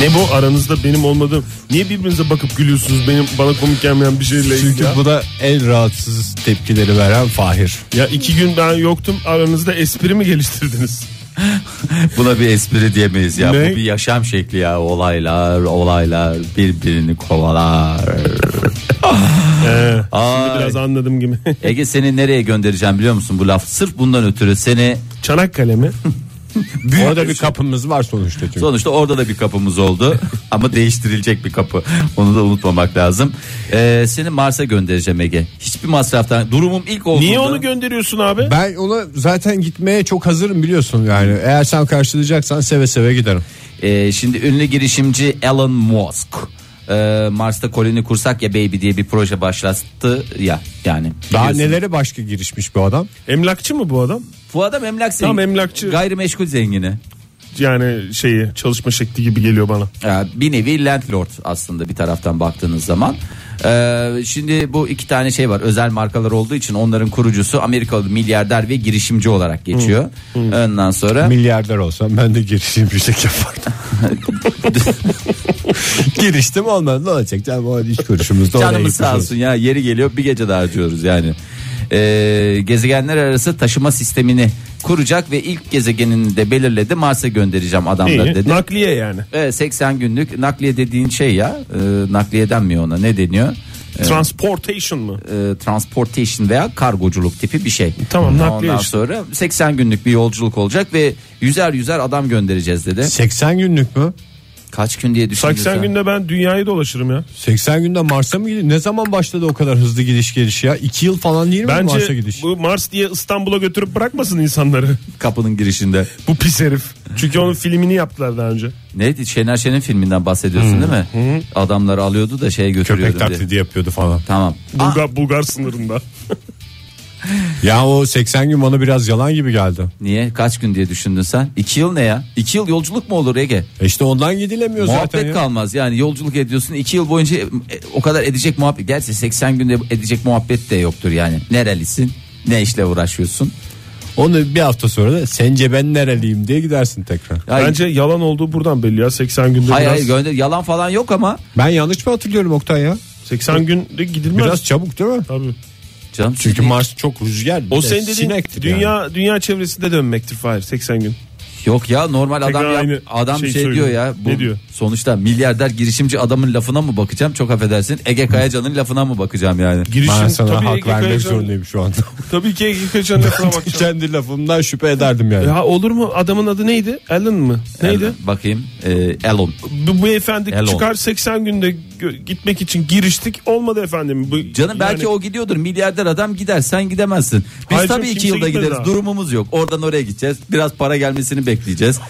[SPEAKER 5] Ne bu aranızda benim olmadığım? Niye birbirinize bakıp gülüyorsunuz benim bana komik gelmeyen bir şeyle ilgili?
[SPEAKER 3] Çünkü
[SPEAKER 5] ya?
[SPEAKER 3] bu da en rahatsız tepkileri veren Fahir.
[SPEAKER 5] Ya iki gün ben yoktum aranızda espri mi geliştirdiniz?
[SPEAKER 4] Buna bir espri diyemeyiz ya.
[SPEAKER 5] Ne?
[SPEAKER 4] Bu bir yaşam şekli ya. Olaylar, olaylar birbirini kovalar. Ay.
[SPEAKER 5] Biraz anladım gibi.
[SPEAKER 4] Ege seni nereye göndereceğim biliyor musun bu laf? Sırf bundan ötürü seni
[SPEAKER 5] Çanakkale mi?
[SPEAKER 3] Orada bir şey. kapımız var sonuçta. Çünkü.
[SPEAKER 4] sonuçta orada da bir kapımız oldu. Ama değiştirilecek bir kapı. Onu da unutmamak lazım. Ee, seni Mars'a göndereceğim Ege. Hiçbir masraftan durumum ilk olduğunda.
[SPEAKER 5] Niye onu gönderiyorsun abi?
[SPEAKER 3] Ben ona zaten gitmeye çok hazırım biliyorsun yani. Eğer sen karşılayacaksan seve seve giderim.
[SPEAKER 4] Ee, şimdi ünlü girişimci Elon Musk e, Mars'ta koloni kursak ya baby diye bir proje başlattı ya yani.
[SPEAKER 3] Daha
[SPEAKER 4] Biliyorsun.
[SPEAKER 3] nelere başka girişmiş bu adam.
[SPEAKER 5] Emlakçı mı bu adam?
[SPEAKER 4] Bu adam emlak zengini.
[SPEAKER 5] Tam emlakçı.
[SPEAKER 4] Gayrimeşgul zengini.
[SPEAKER 5] Yani şeyi çalışma şekli gibi geliyor bana.
[SPEAKER 4] Ya Ee, bir nevi landlord aslında bir taraftan baktığınız zaman. Ee, şimdi bu iki tane şey var özel markalar olduğu için onların kurucusu Amerikalı milyarder ve girişimci olarak geçiyor. Ondan sonra
[SPEAKER 3] Milyarder olsam ben de girişimcilik yapardım. Giriştim olmadı ne olacak canım o iş görüşümüzde oraya
[SPEAKER 4] canımız
[SPEAKER 3] gitmiş
[SPEAKER 4] sağ olsun ya yeri geliyor bir gece daha harcıyoruz yani. Ee, gezegenler arası taşıma sistemini kuracak ve ilk gezegenini de belirledi Mars'a göndereceğim adamları
[SPEAKER 5] İyi.
[SPEAKER 4] dedi.
[SPEAKER 5] Nakliye yani.
[SPEAKER 4] Ee, 80 günlük nakliye dediğin şey ya e, nakliye denmiyor ona ne deniyor?
[SPEAKER 5] Transportation mı?
[SPEAKER 4] e, transportation veya kargoculuk tipi bir şey.
[SPEAKER 5] Tamam, nakliye
[SPEAKER 4] Ondan
[SPEAKER 5] işte.
[SPEAKER 4] sonra 80 günlük bir yolculuk olacak ve yüzer yüzer adam göndereceğiz dedi.
[SPEAKER 3] 80 günlük mü?
[SPEAKER 4] Kaç gün diye düşündün
[SPEAKER 5] 80
[SPEAKER 4] sen?
[SPEAKER 5] günde ben dünyayı dolaşırım ya.
[SPEAKER 3] 80 günde Mars'a mı gidiyor? Ne zaman başladı o kadar hızlı gidiş geliş ya? 2 yıl falan değil mi Mars'a
[SPEAKER 5] Bence
[SPEAKER 3] gidiş?
[SPEAKER 5] bu Mars diye İstanbul'a götürüp bırakmasın insanları.
[SPEAKER 4] kapının girişinde.
[SPEAKER 5] Bu pis herif. Çünkü onun filmini yaptılar daha önce.
[SPEAKER 4] Neydi? Şener Şen'in filminden bahsediyorsun değil mi? Adamları alıyordu da şeye götürüyordu.
[SPEAKER 3] Köpek
[SPEAKER 4] diye.
[SPEAKER 3] taklidi yapıyordu falan.
[SPEAKER 4] Tamam.
[SPEAKER 5] Bulgar, Bulgar sınırında.
[SPEAKER 3] Ya o 80 gün bana biraz yalan gibi geldi.
[SPEAKER 4] Niye? Kaç gün diye düşündün sen? 2 yıl ne ya? 2 yıl yolculuk mu olur Ege?
[SPEAKER 3] E İşte ondan gidilemiyor zaten.
[SPEAKER 4] Muhabbet
[SPEAKER 3] ya.
[SPEAKER 4] kalmaz. Yani yolculuk ediyorsun 2 yıl boyunca e, o kadar edecek muhabbet. Gerçi 80 günde edecek muhabbet de yoktur yani. Nerelisin? Ne işle uğraşıyorsun?
[SPEAKER 3] Onu bir hafta sonra da sence ben nereliyim diye gidersin tekrar.
[SPEAKER 4] Ya
[SPEAKER 5] Bence yalan olduğu buradan belli ya. 80 günde
[SPEAKER 4] Hayır
[SPEAKER 5] biraz.
[SPEAKER 4] hayır gönder yalan falan yok ama
[SPEAKER 3] Ben yanlış mı hatırlıyorum Oktay ya?
[SPEAKER 5] 80 günde gidilmez.
[SPEAKER 3] Biraz çabuk değil mi?
[SPEAKER 5] Tabii.
[SPEAKER 4] canım
[SPEAKER 3] Çünkü
[SPEAKER 4] sinek-
[SPEAKER 3] Mars çok rüzgar. bir
[SPEAKER 5] O
[SPEAKER 3] de
[SPEAKER 5] senin dediğin
[SPEAKER 3] sinektir
[SPEAKER 5] dünya dünya çevresinde dönmektir Fahir 80 gün.
[SPEAKER 4] yok ya normal
[SPEAKER 5] Tekrar
[SPEAKER 4] adam ya,
[SPEAKER 5] aynı
[SPEAKER 4] adam
[SPEAKER 5] şeyi
[SPEAKER 4] şey
[SPEAKER 5] söylüyor.
[SPEAKER 4] diyor ya bu
[SPEAKER 5] Ne diyor?
[SPEAKER 4] sonuçta milyarder girişimci adamın lafına mı bakacağım çok affedersin Ege Kayacan'ın lafına mı bakacağım yani
[SPEAKER 5] Girişim
[SPEAKER 3] Ben sana
[SPEAKER 5] tabii
[SPEAKER 3] hak
[SPEAKER 5] Ege
[SPEAKER 3] vermek
[SPEAKER 5] Kayacan-
[SPEAKER 3] zorundayım şu anda.
[SPEAKER 5] Tabii ki Ege Kayacan'ın lafına bakacağım.
[SPEAKER 3] Kendi lafımdan şüphe ederdim yani.
[SPEAKER 5] Ya olur mu? Adamın adı neydi? Alan mı? Neydi?
[SPEAKER 4] Yani bakayım e, Elon
[SPEAKER 5] Bu, bu efendi
[SPEAKER 4] Elon.
[SPEAKER 5] çıkar 80 günde gö- gitmek için giriştik. Olmadı efendim. Bu,
[SPEAKER 4] canım belki
[SPEAKER 5] yani
[SPEAKER 4] o gidiyordur milyarder adam gider sen gidemezsin biz
[SPEAKER 5] Hayır canım,
[SPEAKER 4] tabii iki
[SPEAKER 5] kimse
[SPEAKER 4] yılda
[SPEAKER 5] gitmez
[SPEAKER 4] gideriz
[SPEAKER 5] daha.
[SPEAKER 4] durumumuz yok oradan oraya gideceğiz biraz para gelmesini bekleyeceğiz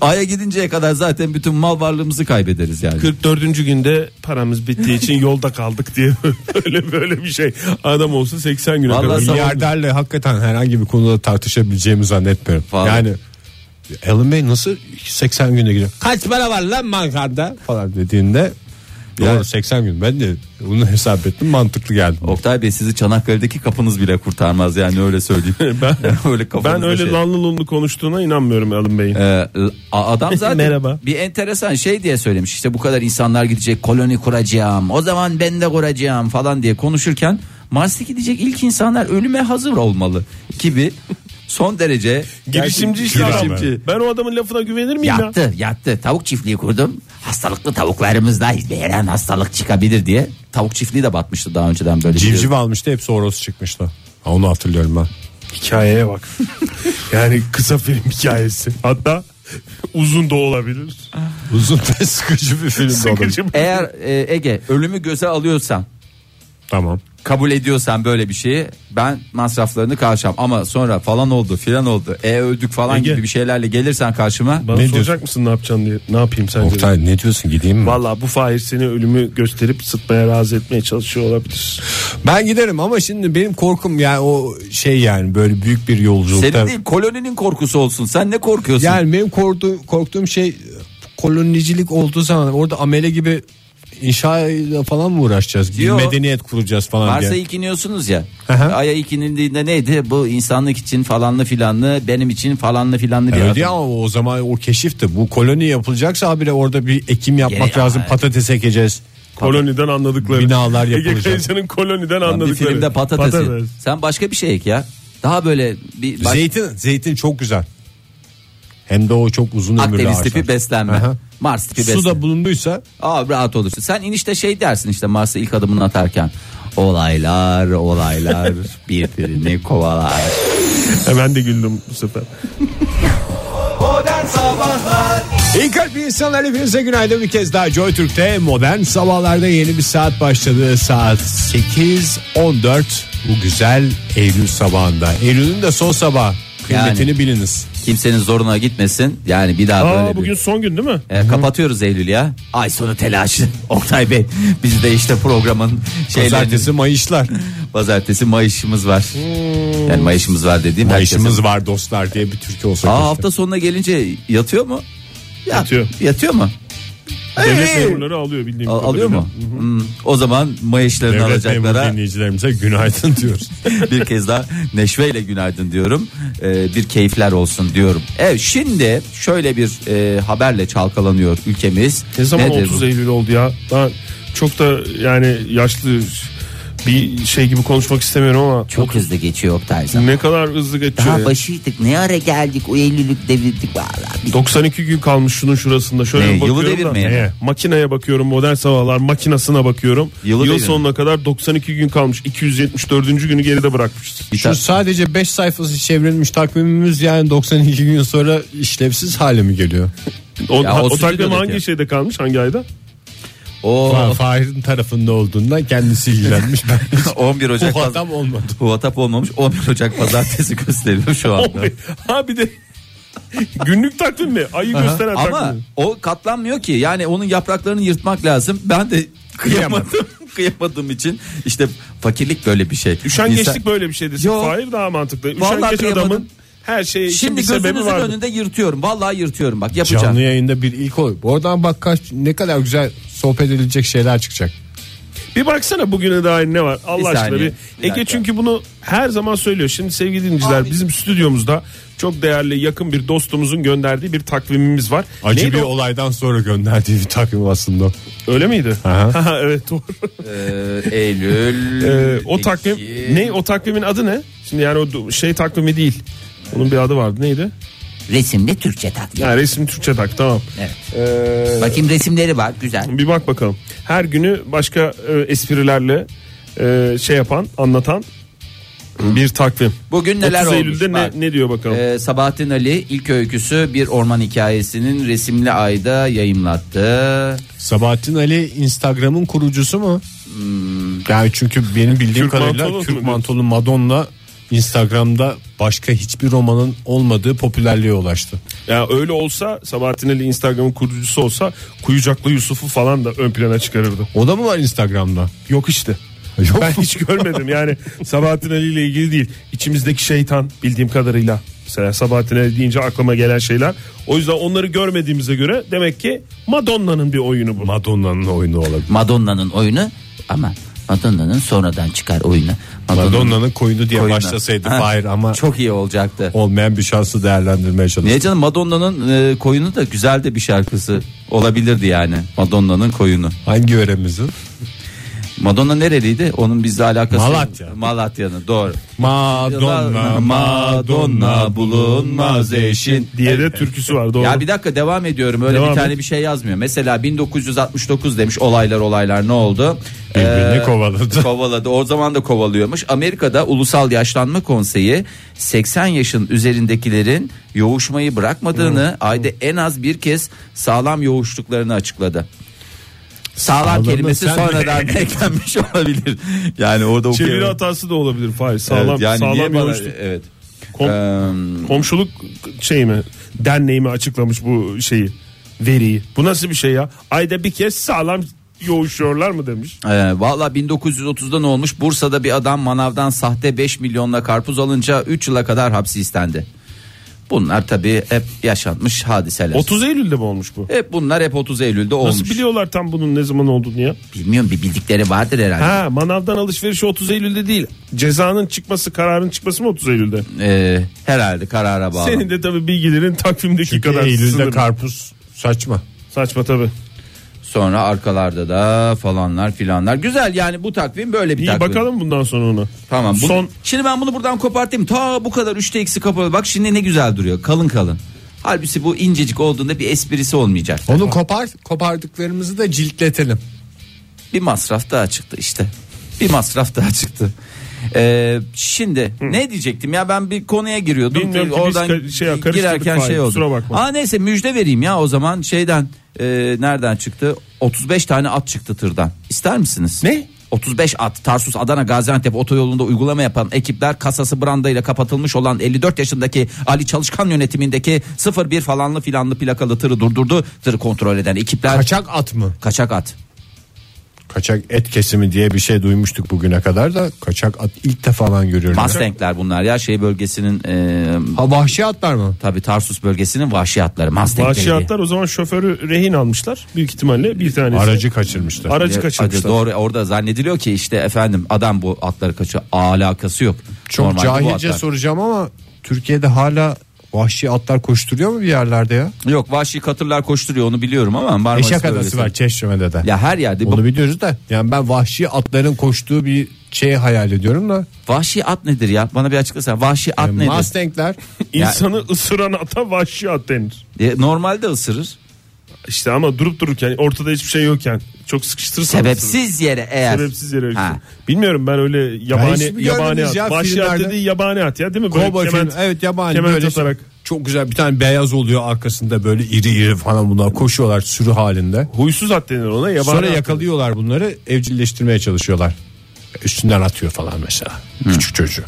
[SPEAKER 4] Ay'a gidinceye kadar zaten bütün mal varlığımızı kaybederiz yani
[SPEAKER 5] 44. günde paramız bittiği için yolda kaldık diye öyle böyle bir şey. Adam olsa 80 güne
[SPEAKER 4] Vallahi
[SPEAKER 5] kadar.
[SPEAKER 4] sağ-
[SPEAKER 3] Milyarderle hakikaten herhangi bir konuda tartışabileceğimi zannetmiyorum.
[SPEAKER 4] Vallahi.
[SPEAKER 3] Yani Elon Bey nasıl 80 günde gidiyor? Kaç para var lan bankada falan dediğinde Doğru
[SPEAKER 4] Yani-
[SPEAKER 3] 80 gün ben de bunu hesap ettim mantıklı geldi.
[SPEAKER 4] Oktay Bey sizi Çanakkale'deki kapınız bile kurtarmaz yani öyle söyleyeyim.
[SPEAKER 5] Ben-
[SPEAKER 4] öyle kafanızda
[SPEAKER 5] Ben öyle
[SPEAKER 4] şey-
[SPEAKER 5] lanlı lunlu konuştuğuna inanmıyorum Alın Bey'in.
[SPEAKER 4] Ee, a- adam zaten
[SPEAKER 5] Merhaba.
[SPEAKER 4] bir enteresan şey diye söylemiş işte bu kadar insanlar gidecek koloni kuracağım o zaman ben de kuracağım falan diye konuşurken Mars'a gidecek ilk insanlar ölüme hazır olmalı gibi son derece
[SPEAKER 5] Girişimci işte adam.
[SPEAKER 3] girişimci.
[SPEAKER 5] Ben o adamın lafına güvenir miyim ya?
[SPEAKER 4] yattı yattı tavuk çiftliği kurdum hastalıklı tavuklarımızda her an hastalık çıkabilir diye tavuk çiftliği de batmıştı daha önceden böyle şey.
[SPEAKER 3] Civciv almıştı hepsi horoz çıkmıştı. Ha, Onu hatırlıyorum ben.
[SPEAKER 5] Hikayeye bak. yani kısa film hikayesi. Hatta uzun da olabilir.
[SPEAKER 3] Uzun ve sıkıcı bir film de olabilir.
[SPEAKER 5] Sıkıcı.
[SPEAKER 4] eğer e, Ege ölümü göze alıyorsan
[SPEAKER 3] Tamam.
[SPEAKER 4] kabul ediyorsan böyle bir şeyi ben masraflarını karşılam ama sonra falan oldu filan oldu e öldük falan
[SPEAKER 5] Ege.
[SPEAKER 4] gibi bir şeylerle gelirsen karşıma
[SPEAKER 5] Bana
[SPEAKER 3] Ne
[SPEAKER 5] soracak mısın ne yapacaksın diye. Ne yapayım sence? Vallahi
[SPEAKER 3] Oktay ne diyorsun gideyim mi?
[SPEAKER 5] bu Fahir seni ölümü gösterip sıtmaya razı etmeye çalışıyor olabilir.
[SPEAKER 3] Ben giderim ama şimdi benim korkum yani o şey yani böyle büyük bir
[SPEAKER 4] senin
[SPEAKER 3] yolculukta.
[SPEAKER 4] değil koloninin korkusu olsun sen ne korkuyorsun
[SPEAKER 3] Yani benim korktuğum, korktuğum şey kolonicilik olduğu zaman orada amele gibi inşa falan mı uğraşacağız? Bir
[SPEAKER 4] Yok.
[SPEAKER 3] medeniyet kuracağız falan
[SPEAKER 4] Varsa
[SPEAKER 3] diye.
[SPEAKER 4] ilk iniyorsunuz ya.
[SPEAKER 3] hı.
[SPEAKER 4] Ay'a ilk inildiğinde neydi? Bu insanlık için falanlı filanlı, benim için falanlı filanlı bir
[SPEAKER 3] E, Öyle
[SPEAKER 4] adım.
[SPEAKER 3] değil ama o zaman o keşifti. Bu koloni yapılacaksa habire orada bir ekim yapmak
[SPEAKER 4] Gene-
[SPEAKER 3] lazım.
[SPEAKER 4] Aa,
[SPEAKER 3] Patates ekeceğiz.
[SPEAKER 5] Koloniden anladıkları.
[SPEAKER 3] Binalar
[SPEAKER 5] Ege
[SPEAKER 3] yapılacak.
[SPEAKER 5] Kayacan'ın koloniden
[SPEAKER 4] Lan Bir
[SPEAKER 5] anladıkları.
[SPEAKER 4] filmde patatesi.
[SPEAKER 5] Patates.
[SPEAKER 4] Sen başka bir şey ek ya. Daha böyle bir baş-
[SPEAKER 3] Zeytin, zeytin çok güzel. Hem de o çok uzun ömürlü
[SPEAKER 4] Akdeniz
[SPEAKER 3] ağaçlar.
[SPEAKER 4] tipi beslenme.
[SPEAKER 3] Aha.
[SPEAKER 4] Mars tipi beslenme.
[SPEAKER 3] Su da bulunduysa
[SPEAKER 4] Aa, rahat olursun. Sen inişte şey dersin işte Mars'a ilk adımını atarken. Olaylar olaylar birbirini kovalar.
[SPEAKER 5] E, ben de güldüm bu sefer.
[SPEAKER 2] Modern Sabahlar
[SPEAKER 3] İyi kalp insanlar hepinize günaydın bir kez daha Joy Türk'te modern sabahlarda yeni bir saat başladı saat 8.14 bu güzel Eylül sabahında Eylül'ün de son sabah kıymetini biliniz
[SPEAKER 4] Kimsenin zoruna gitmesin. Yani bir daha
[SPEAKER 5] Aa,
[SPEAKER 4] böyle
[SPEAKER 5] bugün
[SPEAKER 4] bir...
[SPEAKER 5] son gün değil mi?
[SPEAKER 4] E, kapatıyoruz Eylül ya. Ay sonu telaşı. Oktay Bey biz de işte programın şeylerini
[SPEAKER 3] pazartesi mayışlar
[SPEAKER 4] Pazartesi Mayış'ımız var. Yani Mayış'ımız var dediğim herkesin-
[SPEAKER 3] mayışımız var dostlar diye bir türkü olsa
[SPEAKER 4] Aa,
[SPEAKER 3] keşke.
[SPEAKER 4] hafta sonuna gelince yatıyor mu? Ya-
[SPEAKER 5] Yatıyor.
[SPEAKER 4] Yatıyor mu?
[SPEAKER 5] Devlet memurları alıyor bildiğim
[SPEAKER 4] Al-
[SPEAKER 5] kadarıyla.
[SPEAKER 4] alıyor mu? Hmm, O zaman Mayış'larını
[SPEAKER 3] Devlet memuru
[SPEAKER 4] alacaklara
[SPEAKER 3] dinleyicilerimize günaydın diyoruz.
[SPEAKER 4] bir kez daha neşveyle günaydın diyorum. Ee, bir keyifler olsun diyorum. Evet şimdi şöyle bir e, haberle çalkalanıyor ülkemiz.
[SPEAKER 5] Ne zaman
[SPEAKER 4] Nedir bu?
[SPEAKER 5] 30 Eylül oldu ya? Ben çok da yani yaşlı bir şey gibi konuşmak istemiyorum ama
[SPEAKER 4] Çok hızlı geçiyor Oktay zaman.
[SPEAKER 5] ne kadar hızlı geçiyor.
[SPEAKER 4] Daha
[SPEAKER 5] ya.
[SPEAKER 4] başıydık. Ne ara geldik? O Eylül'lük devirdik. Vallahi biz-
[SPEAKER 5] 92 gün kalmış şunun şurasında. Şöyle
[SPEAKER 4] Ne,
[SPEAKER 5] bir bakıyorum
[SPEAKER 4] yılı
[SPEAKER 5] da,
[SPEAKER 4] devirmeye mi?
[SPEAKER 5] He, makineye bakıyorum modern sabahlar makinasına bakıyorum.
[SPEAKER 4] Yılı
[SPEAKER 5] Yıl
[SPEAKER 4] devirme.
[SPEAKER 5] sonuna kadar 92 gün kalmış. 274. günü geride bırakmışız.
[SPEAKER 4] Bir
[SPEAKER 3] Şu
[SPEAKER 4] ta-
[SPEAKER 3] sadece 5 sayfası çevrilmiş takvimimiz yani 92 gün sonra işlevsiz hale mi geliyor?
[SPEAKER 5] O,
[SPEAKER 4] Ya
[SPEAKER 5] ha-
[SPEAKER 4] o
[SPEAKER 5] o takvim
[SPEAKER 4] stüdyodaki.
[SPEAKER 5] hangi şeyde kalmış hangi ayda?
[SPEAKER 4] o
[SPEAKER 3] Fa- Fahir'in tarafında olduğunda kendisi ilgilenmiş. Ben
[SPEAKER 4] 11 Ocak
[SPEAKER 3] Bu adam
[SPEAKER 4] paz-
[SPEAKER 3] olmadı.
[SPEAKER 4] Bu WhatsApp olmamış 11 Ocak pazartesi gösteriyor şu anda.
[SPEAKER 5] ha bir de günlük takvim mi? Ayı gösteren
[SPEAKER 4] Ama
[SPEAKER 5] takvim. mi?
[SPEAKER 4] o katlanmıyor ki. Yani onun yapraklarını yırtmak lazım. Ben de kıyamadım. kıyamadığım için işte fakirlik böyle bir şey.
[SPEAKER 5] Üşengeçlik
[SPEAKER 4] İnsan-
[SPEAKER 5] böyle bir şey desin.
[SPEAKER 4] Yok.
[SPEAKER 5] Hayır daha mantıklı.
[SPEAKER 4] Vallahi
[SPEAKER 5] Üşengeç
[SPEAKER 4] kıyamadım.
[SPEAKER 5] adamın her şeye için
[SPEAKER 4] Şimdi
[SPEAKER 5] bir sebebi
[SPEAKER 4] gözünüzün
[SPEAKER 5] var.
[SPEAKER 4] önünde yırtıyorum. Vallahi yırtıyorum bak yapacağım.
[SPEAKER 3] Canlı yayında bir ilk olur. Oradan bak kaç ne kadar güzel sohbet edilecek şeyler çıkacak.
[SPEAKER 5] Bir baksana bugüne dair ne var Allah
[SPEAKER 4] Bir
[SPEAKER 5] aşkına
[SPEAKER 4] saniye,
[SPEAKER 5] bir.
[SPEAKER 4] bir
[SPEAKER 5] Ege
[SPEAKER 4] dakika.
[SPEAKER 5] çünkü bunu her zaman söylüyor. Şimdi sevgili dinleyiciler bizim stüdyomuzda çok değerli yakın bir dostumuzun gönderdiği bir takvimimiz var.
[SPEAKER 3] Acı
[SPEAKER 5] Neydi
[SPEAKER 3] bir
[SPEAKER 5] o?
[SPEAKER 3] olaydan sonra gönderdiği bir takvim aslında.
[SPEAKER 5] Öyle miydi? Aha, evet doğru.
[SPEAKER 4] Ee, Eylül.
[SPEAKER 5] Ee, o
[SPEAKER 4] iki-
[SPEAKER 5] takvim ne o takvimin adı ne? Şimdi yani o du- şey takvimi değil. Onun bir adı vardı neydi?
[SPEAKER 4] Resimli Türkçe takvim.
[SPEAKER 5] Yani resim Türkçe tak tamam. Ee,
[SPEAKER 4] Evet. Bakayım resimleri var güzel.
[SPEAKER 5] Bir bak bakalım. Her günü başka e, esprilerle e, şey yapan, anlatan bir takvim.
[SPEAKER 4] Bugün neler
[SPEAKER 5] 30
[SPEAKER 4] olmuş?
[SPEAKER 5] Eylül'de ne,
[SPEAKER 4] Bak.
[SPEAKER 5] ne diyor bakalım?
[SPEAKER 4] Ee, Sabahattin Ali ilk öyküsü bir orman hikayesinin resimli ayda yayımlattı.
[SPEAKER 3] Sabahattin Ali Instagram'ın kurucusu mu? Yani çünkü benim bildiğim
[SPEAKER 5] Hmm. Türk
[SPEAKER 3] kadarıyla
[SPEAKER 5] Mantolu mu
[SPEAKER 3] Türk
[SPEAKER 5] diyorsun?
[SPEAKER 3] Mantolu Madonna Instagram'da başka hiçbir romanın olmadığı popülerliğe ulaştı.
[SPEAKER 5] Ya öyle olsa Sabahattin Ali Instagram'ın kurucusu olsa Kuyucaklı Yusuf'u falan da ön plana çıkarırdı.
[SPEAKER 3] O da mı var Instagram'da?
[SPEAKER 5] Yok işte.
[SPEAKER 3] Yok.
[SPEAKER 5] Ben hiç görmedim yani Sabahattin Ali ile ilgili değil. İçimizdeki şeytan bildiğim kadarıyla. Mesela Sabahattin Ali deyince aklıma gelen şeyler. O yüzden onları görmediğimize göre demek ki Madonna'nın bir oyunu bu.
[SPEAKER 3] Madonna'nın oyunu olabilir.
[SPEAKER 4] Madonna'nın oyunu ama Madonna'nın sonradan çıkar oyunu.
[SPEAKER 3] Madonna'nın koyunu diye
[SPEAKER 4] oyunu.
[SPEAKER 3] başlasaydı
[SPEAKER 4] Ha,
[SPEAKER 3] Fahir ama
[SPEAKER 4] çok iyi olacaktı.
[SPEAKER 3] olmayan bir şansı değerlendirmeye çalıştı.
[SPEAKER 4] Niye canım Madonna'nın e, koyunu da güzel de bir şarkısı olabilirdi yani. Madonna'nın koyunu.
[SPEAKER 3] Hangi yöremizin?
[SPEAKER 4] Madonna nereliydi? Onun bizle alakası
[SPEAKER 3] Malatya.
[SPEAKER 4] Malatya'nın doğru.
[SPEAKER 3] Madonna, Madonna bulunmaz eşin.
[SPEAKER 5] diye de türküsü var doğru.
[SPEAKER 4] Ya bir dakika devam ediyorum. Öyle
[SPEAKER 5] Devam
[SPEAKER 4] bir tane
[SPEAKER 5] et.
[SPEAKER 4] bir şey yazmıyor. Mesela 1969 demiş olaylar olaylar ne oldu? Ee,
[SPEAKER 3] Birbirini kovaladı.
[SPEAKER 4] Kovaladı. O zaman da kovalıyormuş. Amerika'da Ulusal Yaşlanma Konseyi 80 yaşın üzerindekilerin yoğuşmayı bırakmadığını ayda en az bir kez sağlam yoğuştuklarını açıkladı. Sağlam
[SPEAKER 3] Sağlamı
[SPEAKER 4] kelimesi
[SPEAKER 3] sen de-
[SPEAKER 4] sonradan eklenmiş olabilir. Yani orada
[SPEAKER 5] Çeviri
[SPEAKER 4] okuyalım.
[SPEAKER 5] hatası da olabilir Fahir. Sağlam,
[SPEAKER 4] Evet, yani
[SPEAKER 5] sağlam
[SPEAKER 4] niye bana- Ee,
[SPEAKER 5] yoğuştu.
[SPEAKER 4] Evet.
[SPEAKER 5] Kom- komşuluk şey mi? Derneği mi açıklamış bu şeyi? Veriyi. Bu nasıl bir şey ya? Ayda bir kez sağlam yoğuşuyorlar mı demiş.
[SPEAKER 4] Ee, Valla 1930'da ne olmuş? Bursa'da bir adam manavdan sahte 5 milyonla karpuz alınca 3 yıla kadar hapsi istendi. Bunlar tabii hep yaşanmış hadiseler.
[SPEAKER 5] 30 Eylül'de mi olmuş bu?
[SPEAKER 4] Hep bunlar hep 30 Eylül'de olmuş.
[SPEAKER 5] Nasıl biliyorlar tam bunun ne zaman olduğunu ya?
[SPEAKER 4] Bilmiyorum bir bildikleri vardır herhalde.
[SPEAKER 5] Ha manavdan alışverişi 30 Eylül'de değil. Cezanın çıkması kararın çıkması mı 30 Eylül'de?
[SPEAKER 4] Ee, herhalde karara bağlı.
[SPEAKER 5] Senin de tabii bilgilerin takvimdeki
[SPEAKER 3] Çünkü
[SPEAKER 5] kadar
[SPEAKER 3] Eylül'de
[SPEAKER 5] sınırlı.
[SPEAKER 3] karpuz saçma.
[SPEAKER 5] Saçma tabii.
[SPEAKER 4] Sonra arkalarda da falanlar filanlar. Güzel yani bu takvim böyle bir
[SPEAKER 5] İyi
[SPEAKER 4] takvim.
[SPEAKER 5] bakalım bundan sonra ona.
[SPEAKER 4] Tamam. bu-
[SPEAKER 5] Son
[SPEAKER 4] Şimdi ben bunu buradan kopartayım. Ta bu kadar 3'te eksi kapalı. Bak şimdi ne güzel duruyor. Kalın kalın. Halbuki bu incecik olduğunda bir esprisi olmayacak.
[SPEAKER 3] Onu kopar, kopardıklarımızı da ciltletelim.
[SPEAKER 4] Bir masraf daha çıktı işte. Bir masraf daha çıktı. Ee, şimdi ne diyecektim ya ben bir konuya giriyordum.
[SPEAKER 5] Bilmiyorum ki biz ka- şey ya, karıştırdık
[SPEAKER 4] girerken
[SPEAKER 5] Fahir,
[SPEAKER 4] şey oldu.
[SPEAKER 5] kusura bakma.
[SPEAKER 4] Aa neyse müjde vereyim ya o zaman şeyden e, nereden çıktı? 35 tane at çıktı tırdan. İster misiniz?
[SPEAKER 5] Ne?
[SPEAKER 4] 35 at Tarsus Adana Gaziantep otoyolunda uygulama yapan ekipler kasası brandayla kapatılmış olan 54 yaşındaki Ali Çalışkan yönetimindeki 01 falanlı filanlı plakalı tırı durdurdu. Tırı kontrol eden ekipler
[SPEAKER 3] Kaçak at mı?
[SPEAKER 4] kaçak at.
[SPEAKER 3] Kaçak et kesimi diye bir şey duymuştuk bugüne kadar da kaçak at ilk defa ben görüyorum. ya.
[SPEAKER 4] Mustang'ler bunlar ya şey bölgesinin e,
[SPEAKER 3] Ha vahşi atlar mı?
[SPEAKER 4] tabi Tarsus bölgesinin vahşi atları Mustang'leri.
[SPEAKER 5] vahşi atlar o zaman şoförü rehin almışlar. Büyük ihtimalle bir tanesi.
[SPEAKER 3] Aracı kaçırmışlar.
[SPEAKER 5] Aracı
[SPEAKER 4] Hadi
[SPEAKER 5] kaçırmışlar.
[SPEAKER 4] doğru orada zannediliyor ki işte efendim adam bu atları kaçıyor alakası yok.
[SPEAKER 3] Çok
[SPEAKER 4] Normalde bu
[SPEAKER 3] cahilce
[SPEAKER 4] atlar-
[SPEAKER 3] soracağım ama Türkiye'de hala vahşi atlar koşturuyor mu bir yerlerde ya?
[SPEAKER 4] Yok vahşi katırlar koşturuyor onu biliyorum ama Marmaris
[SPEAKER 3] Eşek adası
[SPEAKER 4] bölgesi.
[SPEAKER 3] var Çeşme'de de.
[SPEAKER 4] Ya her yerde
[SPEAKER 3] Onu biliyoruz da yani ben vahşi atların koştuğu bir şey hayal ediyorum da.
[SPEAKER 4] vahşi at nedir ya bana bir açıklasana vahşi at nedir?
[SPEAKER 3] Mustang'ler
[SPEAKER 5] İnsanı ısıran ata vahşi at denir.
[SPEAKER 4] E, normalde ısırır.
[SPEAKER 5] İşte ama durup dururken ortada hiçbir şey yokken çok sıkıştırırsan ısırır.
[SPEAKER 4] Sebepsiz yere eğer.
[SPEAKER 5] Sebepsiz yere
[SPEAKER 4] Ha.
[SPEAKER 5] ısırır. Bilmiyorum ben öyle
[SPEAKER 3] hiç
[SPEAKER 5] yabani
[SPEAKER 3] mi görmediniz
[SPEAKER 5] yabani at.
[SPEAKER 3] şey ya
[SPEAKER 5] vahşi at
[SPEAKER 3] filmlerde?
[SPEAKER 5] dediği yabani at ya değil mi? Böyle
[SPEAKER 3] Kovboy
[SPEAKER 5] kement-
[SPEAKER 3] filmi, evet yabani
[SPEAKER 5] kement
[SPEAKER 3] böyle şey.
[SPEAKER 5] atarak.
[SPEAKER 3] çok güzel bir tane beyaz oluyor arkasında böyle iri iri falan bunlar koşuyorlar sürü halinde.
[SPEAKER 5] Huysuz at denir ona yabani
[SPEAKER 3] Sonra
[SPEAKER 5] at.
[SPEAKER 3] yakalıyorlar bunları evcilleştirmeye çalışıyorlar. E, Üstünden atıyor falan mesela
[SPEAKER 4] Hmm.
[SPEAKER 3] küçük çocuğu.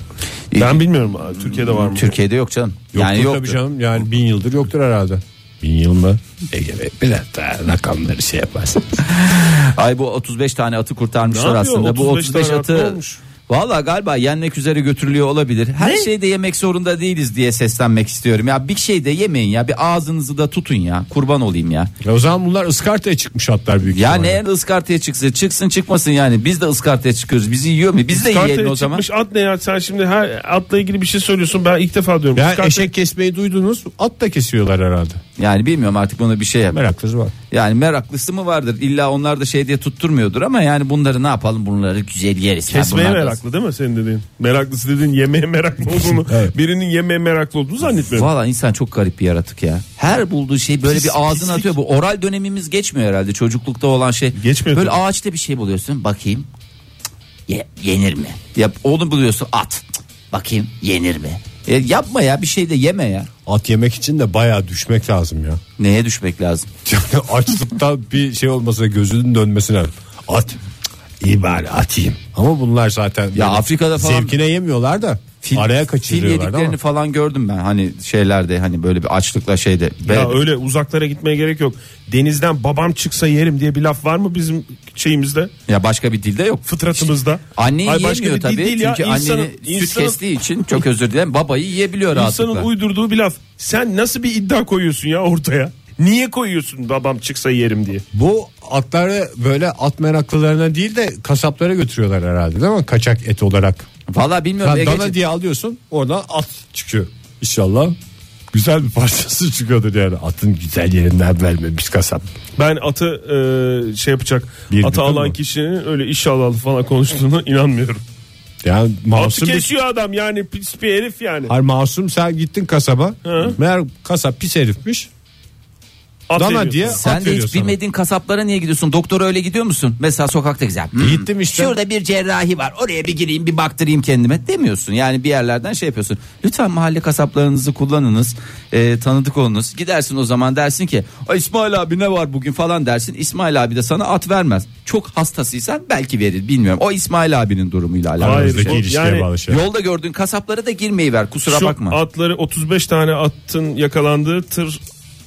[SPEAKER 5] Ben bilmiyorum abi, Türkiye'de var mı?
[SPEAKER 4] Türkiye'de yok canım.
[SPEAKER 3] Yoktur
[SPEAKER 4] yani yok.
[SPEAKER 3] tabii canım yani bin yıldır yoktur herhalde. Bin yıl mı? Ege Bey bir dakika rakamları şey yaparsın.
[SPEAKER 4] Ay bu 35 tane atı kurtarmışlar
[SPEAKER 5] Ne yapıyor?
[SPEAKER 4] aslında. bu
[SPEAKER 5] 35
[SPEAKER 4] 35
[SPEAKER 5] tane atı
[SPEAKER 4] atı
[SPEAKER 5] olmuş.
[SPEAKER 4] Valla galiba yenmek üzere götürülüyor olabilir. Her şeyi de yemek zorunda değiliz diye seslenmek istiyorum. Ya bir şey de yemeyin ya. Bir ağzınızı da tutun ya. Kurban olayım ya.
[SPEAKER 3] Ya o zaman bunlar ıskartaya çıkmış atlar büyük
[SPEAKER 4] Ya
[SPEAKER 3] ihtimalle.
[SPEAKER 4] ne ıskartaya çıksın. Çıksın çıkmasın yani. Biz de ıskartaya çıkıyoruz. Bizi yiyor mu? Biz de yiyelim
[SPEAKER 5] Iskartaya
[SPEAKER 4] o zaman.
[SPEAKER 5] çıkmış at ne ya sen şimdi her atla ilgili bir şey söylüyorsun ben ilk defa diyorum.
[SPEAKER 3] Ya
[SPEAKER 5] Iskartaya-
[SPEAKER 3] eşek kesmeyi duydunuz at da kesiyorlar herhalde.
[SPEAKER 4] Yani bilmiyorum artık buna bir şey yap.
[SPEAKER 3] Meraklısı var.
[SPEAKER 4] Yani meraklısı mı vardır? İlla onlar da şey diye tutturmuyordur ama yani bunları ne yapalım? Bunları güzel yeriz. Ha,
[SPEAKER 5] Kesmeye
[SPEAKER 4] bunlar da-
[SPEAKER 5] meraklı değil mi senin dediğin? Meraklısı dediğin yemeğe meraklı olduğunu
[SPEAKER 3] Evet.
[SPEAKER 5] birinin yemeğe meraklı olduğunu zannetmiyorum.
[SPEAKER 4] Valla insan çok garip bir yaratık ya. Her bulduğu şey böyle bir ağzına atıyor. Bu oral dönemimiz geçmiyor herhalde çocuklukta olan şey.
[SPEAKER 5] Geçmiyor
[SPEAKER 4] Böyle
[SPEAKER 5] tabii.
[SPEAKER 4] ağaçta bir şey buluyorsun. Bakayım. Cık, Ye, yenir mi? Yap onu buluyorsun at. Cık, Bakayım yenir mi? E, yapma ya bir şey de yeme ya.
[SPEAKER 3] At yemek için de bayağı düşmek lazım ya.
[SPEAKER 4] Neye düşmek lazım?
[SPEAKER 3] Yani açlıkta bir şey olmasa gözünün dönmesi lazım. At. Cık, İyi bari atayım. Ama bunlar zaten böyle
[SPEAKER 4] Afrika'da falan-
[SPEAKER 3] zevkine yemiyorlar da araya
[SPEAKER 4] Fil
[SPEAKER 3] kaçırıyorlar
[SPEAKER 4] yediklerini
[SPEAKER 3] ama.
[SPEAKER 4] falan gördüm ben. Hani şeylerde hani böyle bir açlıkla şeyde.
[SPEAKER 5] Ya
[SPEAKER 4] Be-
[SPEAKER 5] öyle uzaklara gitmeye gerek yok. Denizden babam çıksa yerim diye bir laf var mı bizim şeyimizde?
[SPEAKER 4] ya başka bir dilde yok.
[SPEAKER 5] Fıtratımızda.
[SPEAKER 4] Anneyi
[SPEAKER 5] Hayır, başka
[SPEAKER 4] yiyemiyor
[SPEAKER 5] bir dil
[SPEAKER 4] tabii.
[SPEAKER 5] değil ya.
[SPEAKER 4] Çünkü
[SPEAKER 5] İnsanın-
[SPEAKER 4] annenin süt
[SPEAKER 5] insanın-
[SPEAKER 4] kestiği için çok özür dilerim. Babayı yiyebiliyor rahatlıkla.
[SPEAKER 5] İnsanın uydurduğu bir laf. Sen nasıl bir iddia koyuyorsun ya ortaya? Niye koyuyorsun babam çıksa yerim diye?
[SPEAKER 3] Bu atları böyle at meraklılarına değil de kasaplara götürüyorlar herhalde değil mi? Kaçak et olarak.
[SPEAKER 4] Valla bilmiyorum.
[SPEAKER 3] Sen
[SPEAKER 4] Ege'ciğim.
[SPEAKER 3] dana diye alıyorsun oradan at çıkıyor. İnşallah güzel bir parçası çıkıyordur yani. Atın güzel yerinden vermemiş kasap.
[SPEAKER 5] Ben atı e, şey yapacak.
[SPEAKER 3] Bir
[SPEAKER 5] atı
[SPEAKER 3] bütün
[SPEAKER 5] alan
[SPEAKER 3] mü?
[SPEAKER 5] kişinin öyle inşallah falan konuştuğuna inanmıyorum.
[SPEAKER 3] Yani
[SPEAKER 5] Atı
[SPEAKER 3] masum bir
[SPEAKER 5] kesiyor adam yani pis bir herif yani.
[SPEAKER 3] Hayır masum sen gittin kasaba. Meğer kasap pis herifmiş.
[SPEAKER 5] At
[SPEAKER 3] Dana
[SPEAKER 5] veriyor.
[SPEAKER 3] diye
[SPEAKER 4] Sen
[SPEAKER 3] at
[SPEAKER 4] de
[SPEAKER 3] veriyor
[SPEAKER 4] hiç
[SPEAKER 3] sana.
[SPEAKER 4] bilmediğin kasaplara niye gidiyorsun? Doktora öyle gidiyor musun? Mesela sokakta güzel. Hmm,
[SPEAKER 3] Gittim işte.
[SPEAKER 4] Şurada bir cerrahi var. Oraya bir gireyim bir baktırayım kendime demiyorsun. Yani bir yerlerden şey yapıyorsun. Lütfen mahalle kasaplarınızı kullanınız. Ee, tanıdık olunuz. Gidersin o zaman dersin ki "Ay İsmail abi ne var bugün falan dersin. İsmail abi de sana at vermez. Çok hastasıysan belki verir bilmiyorum. O İsmail abinin durumuyla alakalı.
[SPEAKER 5] Hayır,
[SPEAKER 4] bir şey.
[SPEAKER 3] Aramızdaki
[SPEAKER 5] bu-
[SPEAKER 3] ilişkiye
[SPEAKER 5] yani
[SPEAKER 3] bağlı şey.
[SPEAKER 4] Yolda gördüğün kasaplara da girmeyi ver kusura
[SPEAKER 5] Şu
[SPEAKER 4] bakma.
[SPEAKER 5] atları 35 tane atın yakalandığı tır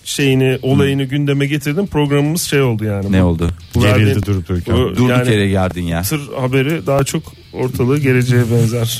[SPEAKER 5] şeyini olayını gündeme getirdim. Programımız şey oldu yani.
[SPEAKER 4] Ne oldu?
[SPEAKER 5] Bu
[SPEAKER 3] Gerildi
[SPEAKER 5] verdiğin-
[SPEAKER 3] durup dururken.
[SPEAKER 5] Bu
[SPEAKER 4] Durduk
[SPEAKER 5] yani
[SPEAKER 4] yere geldin ya.
[SPEAKER 5] Tır haberi daha çok ortalığı geleceğe benzer.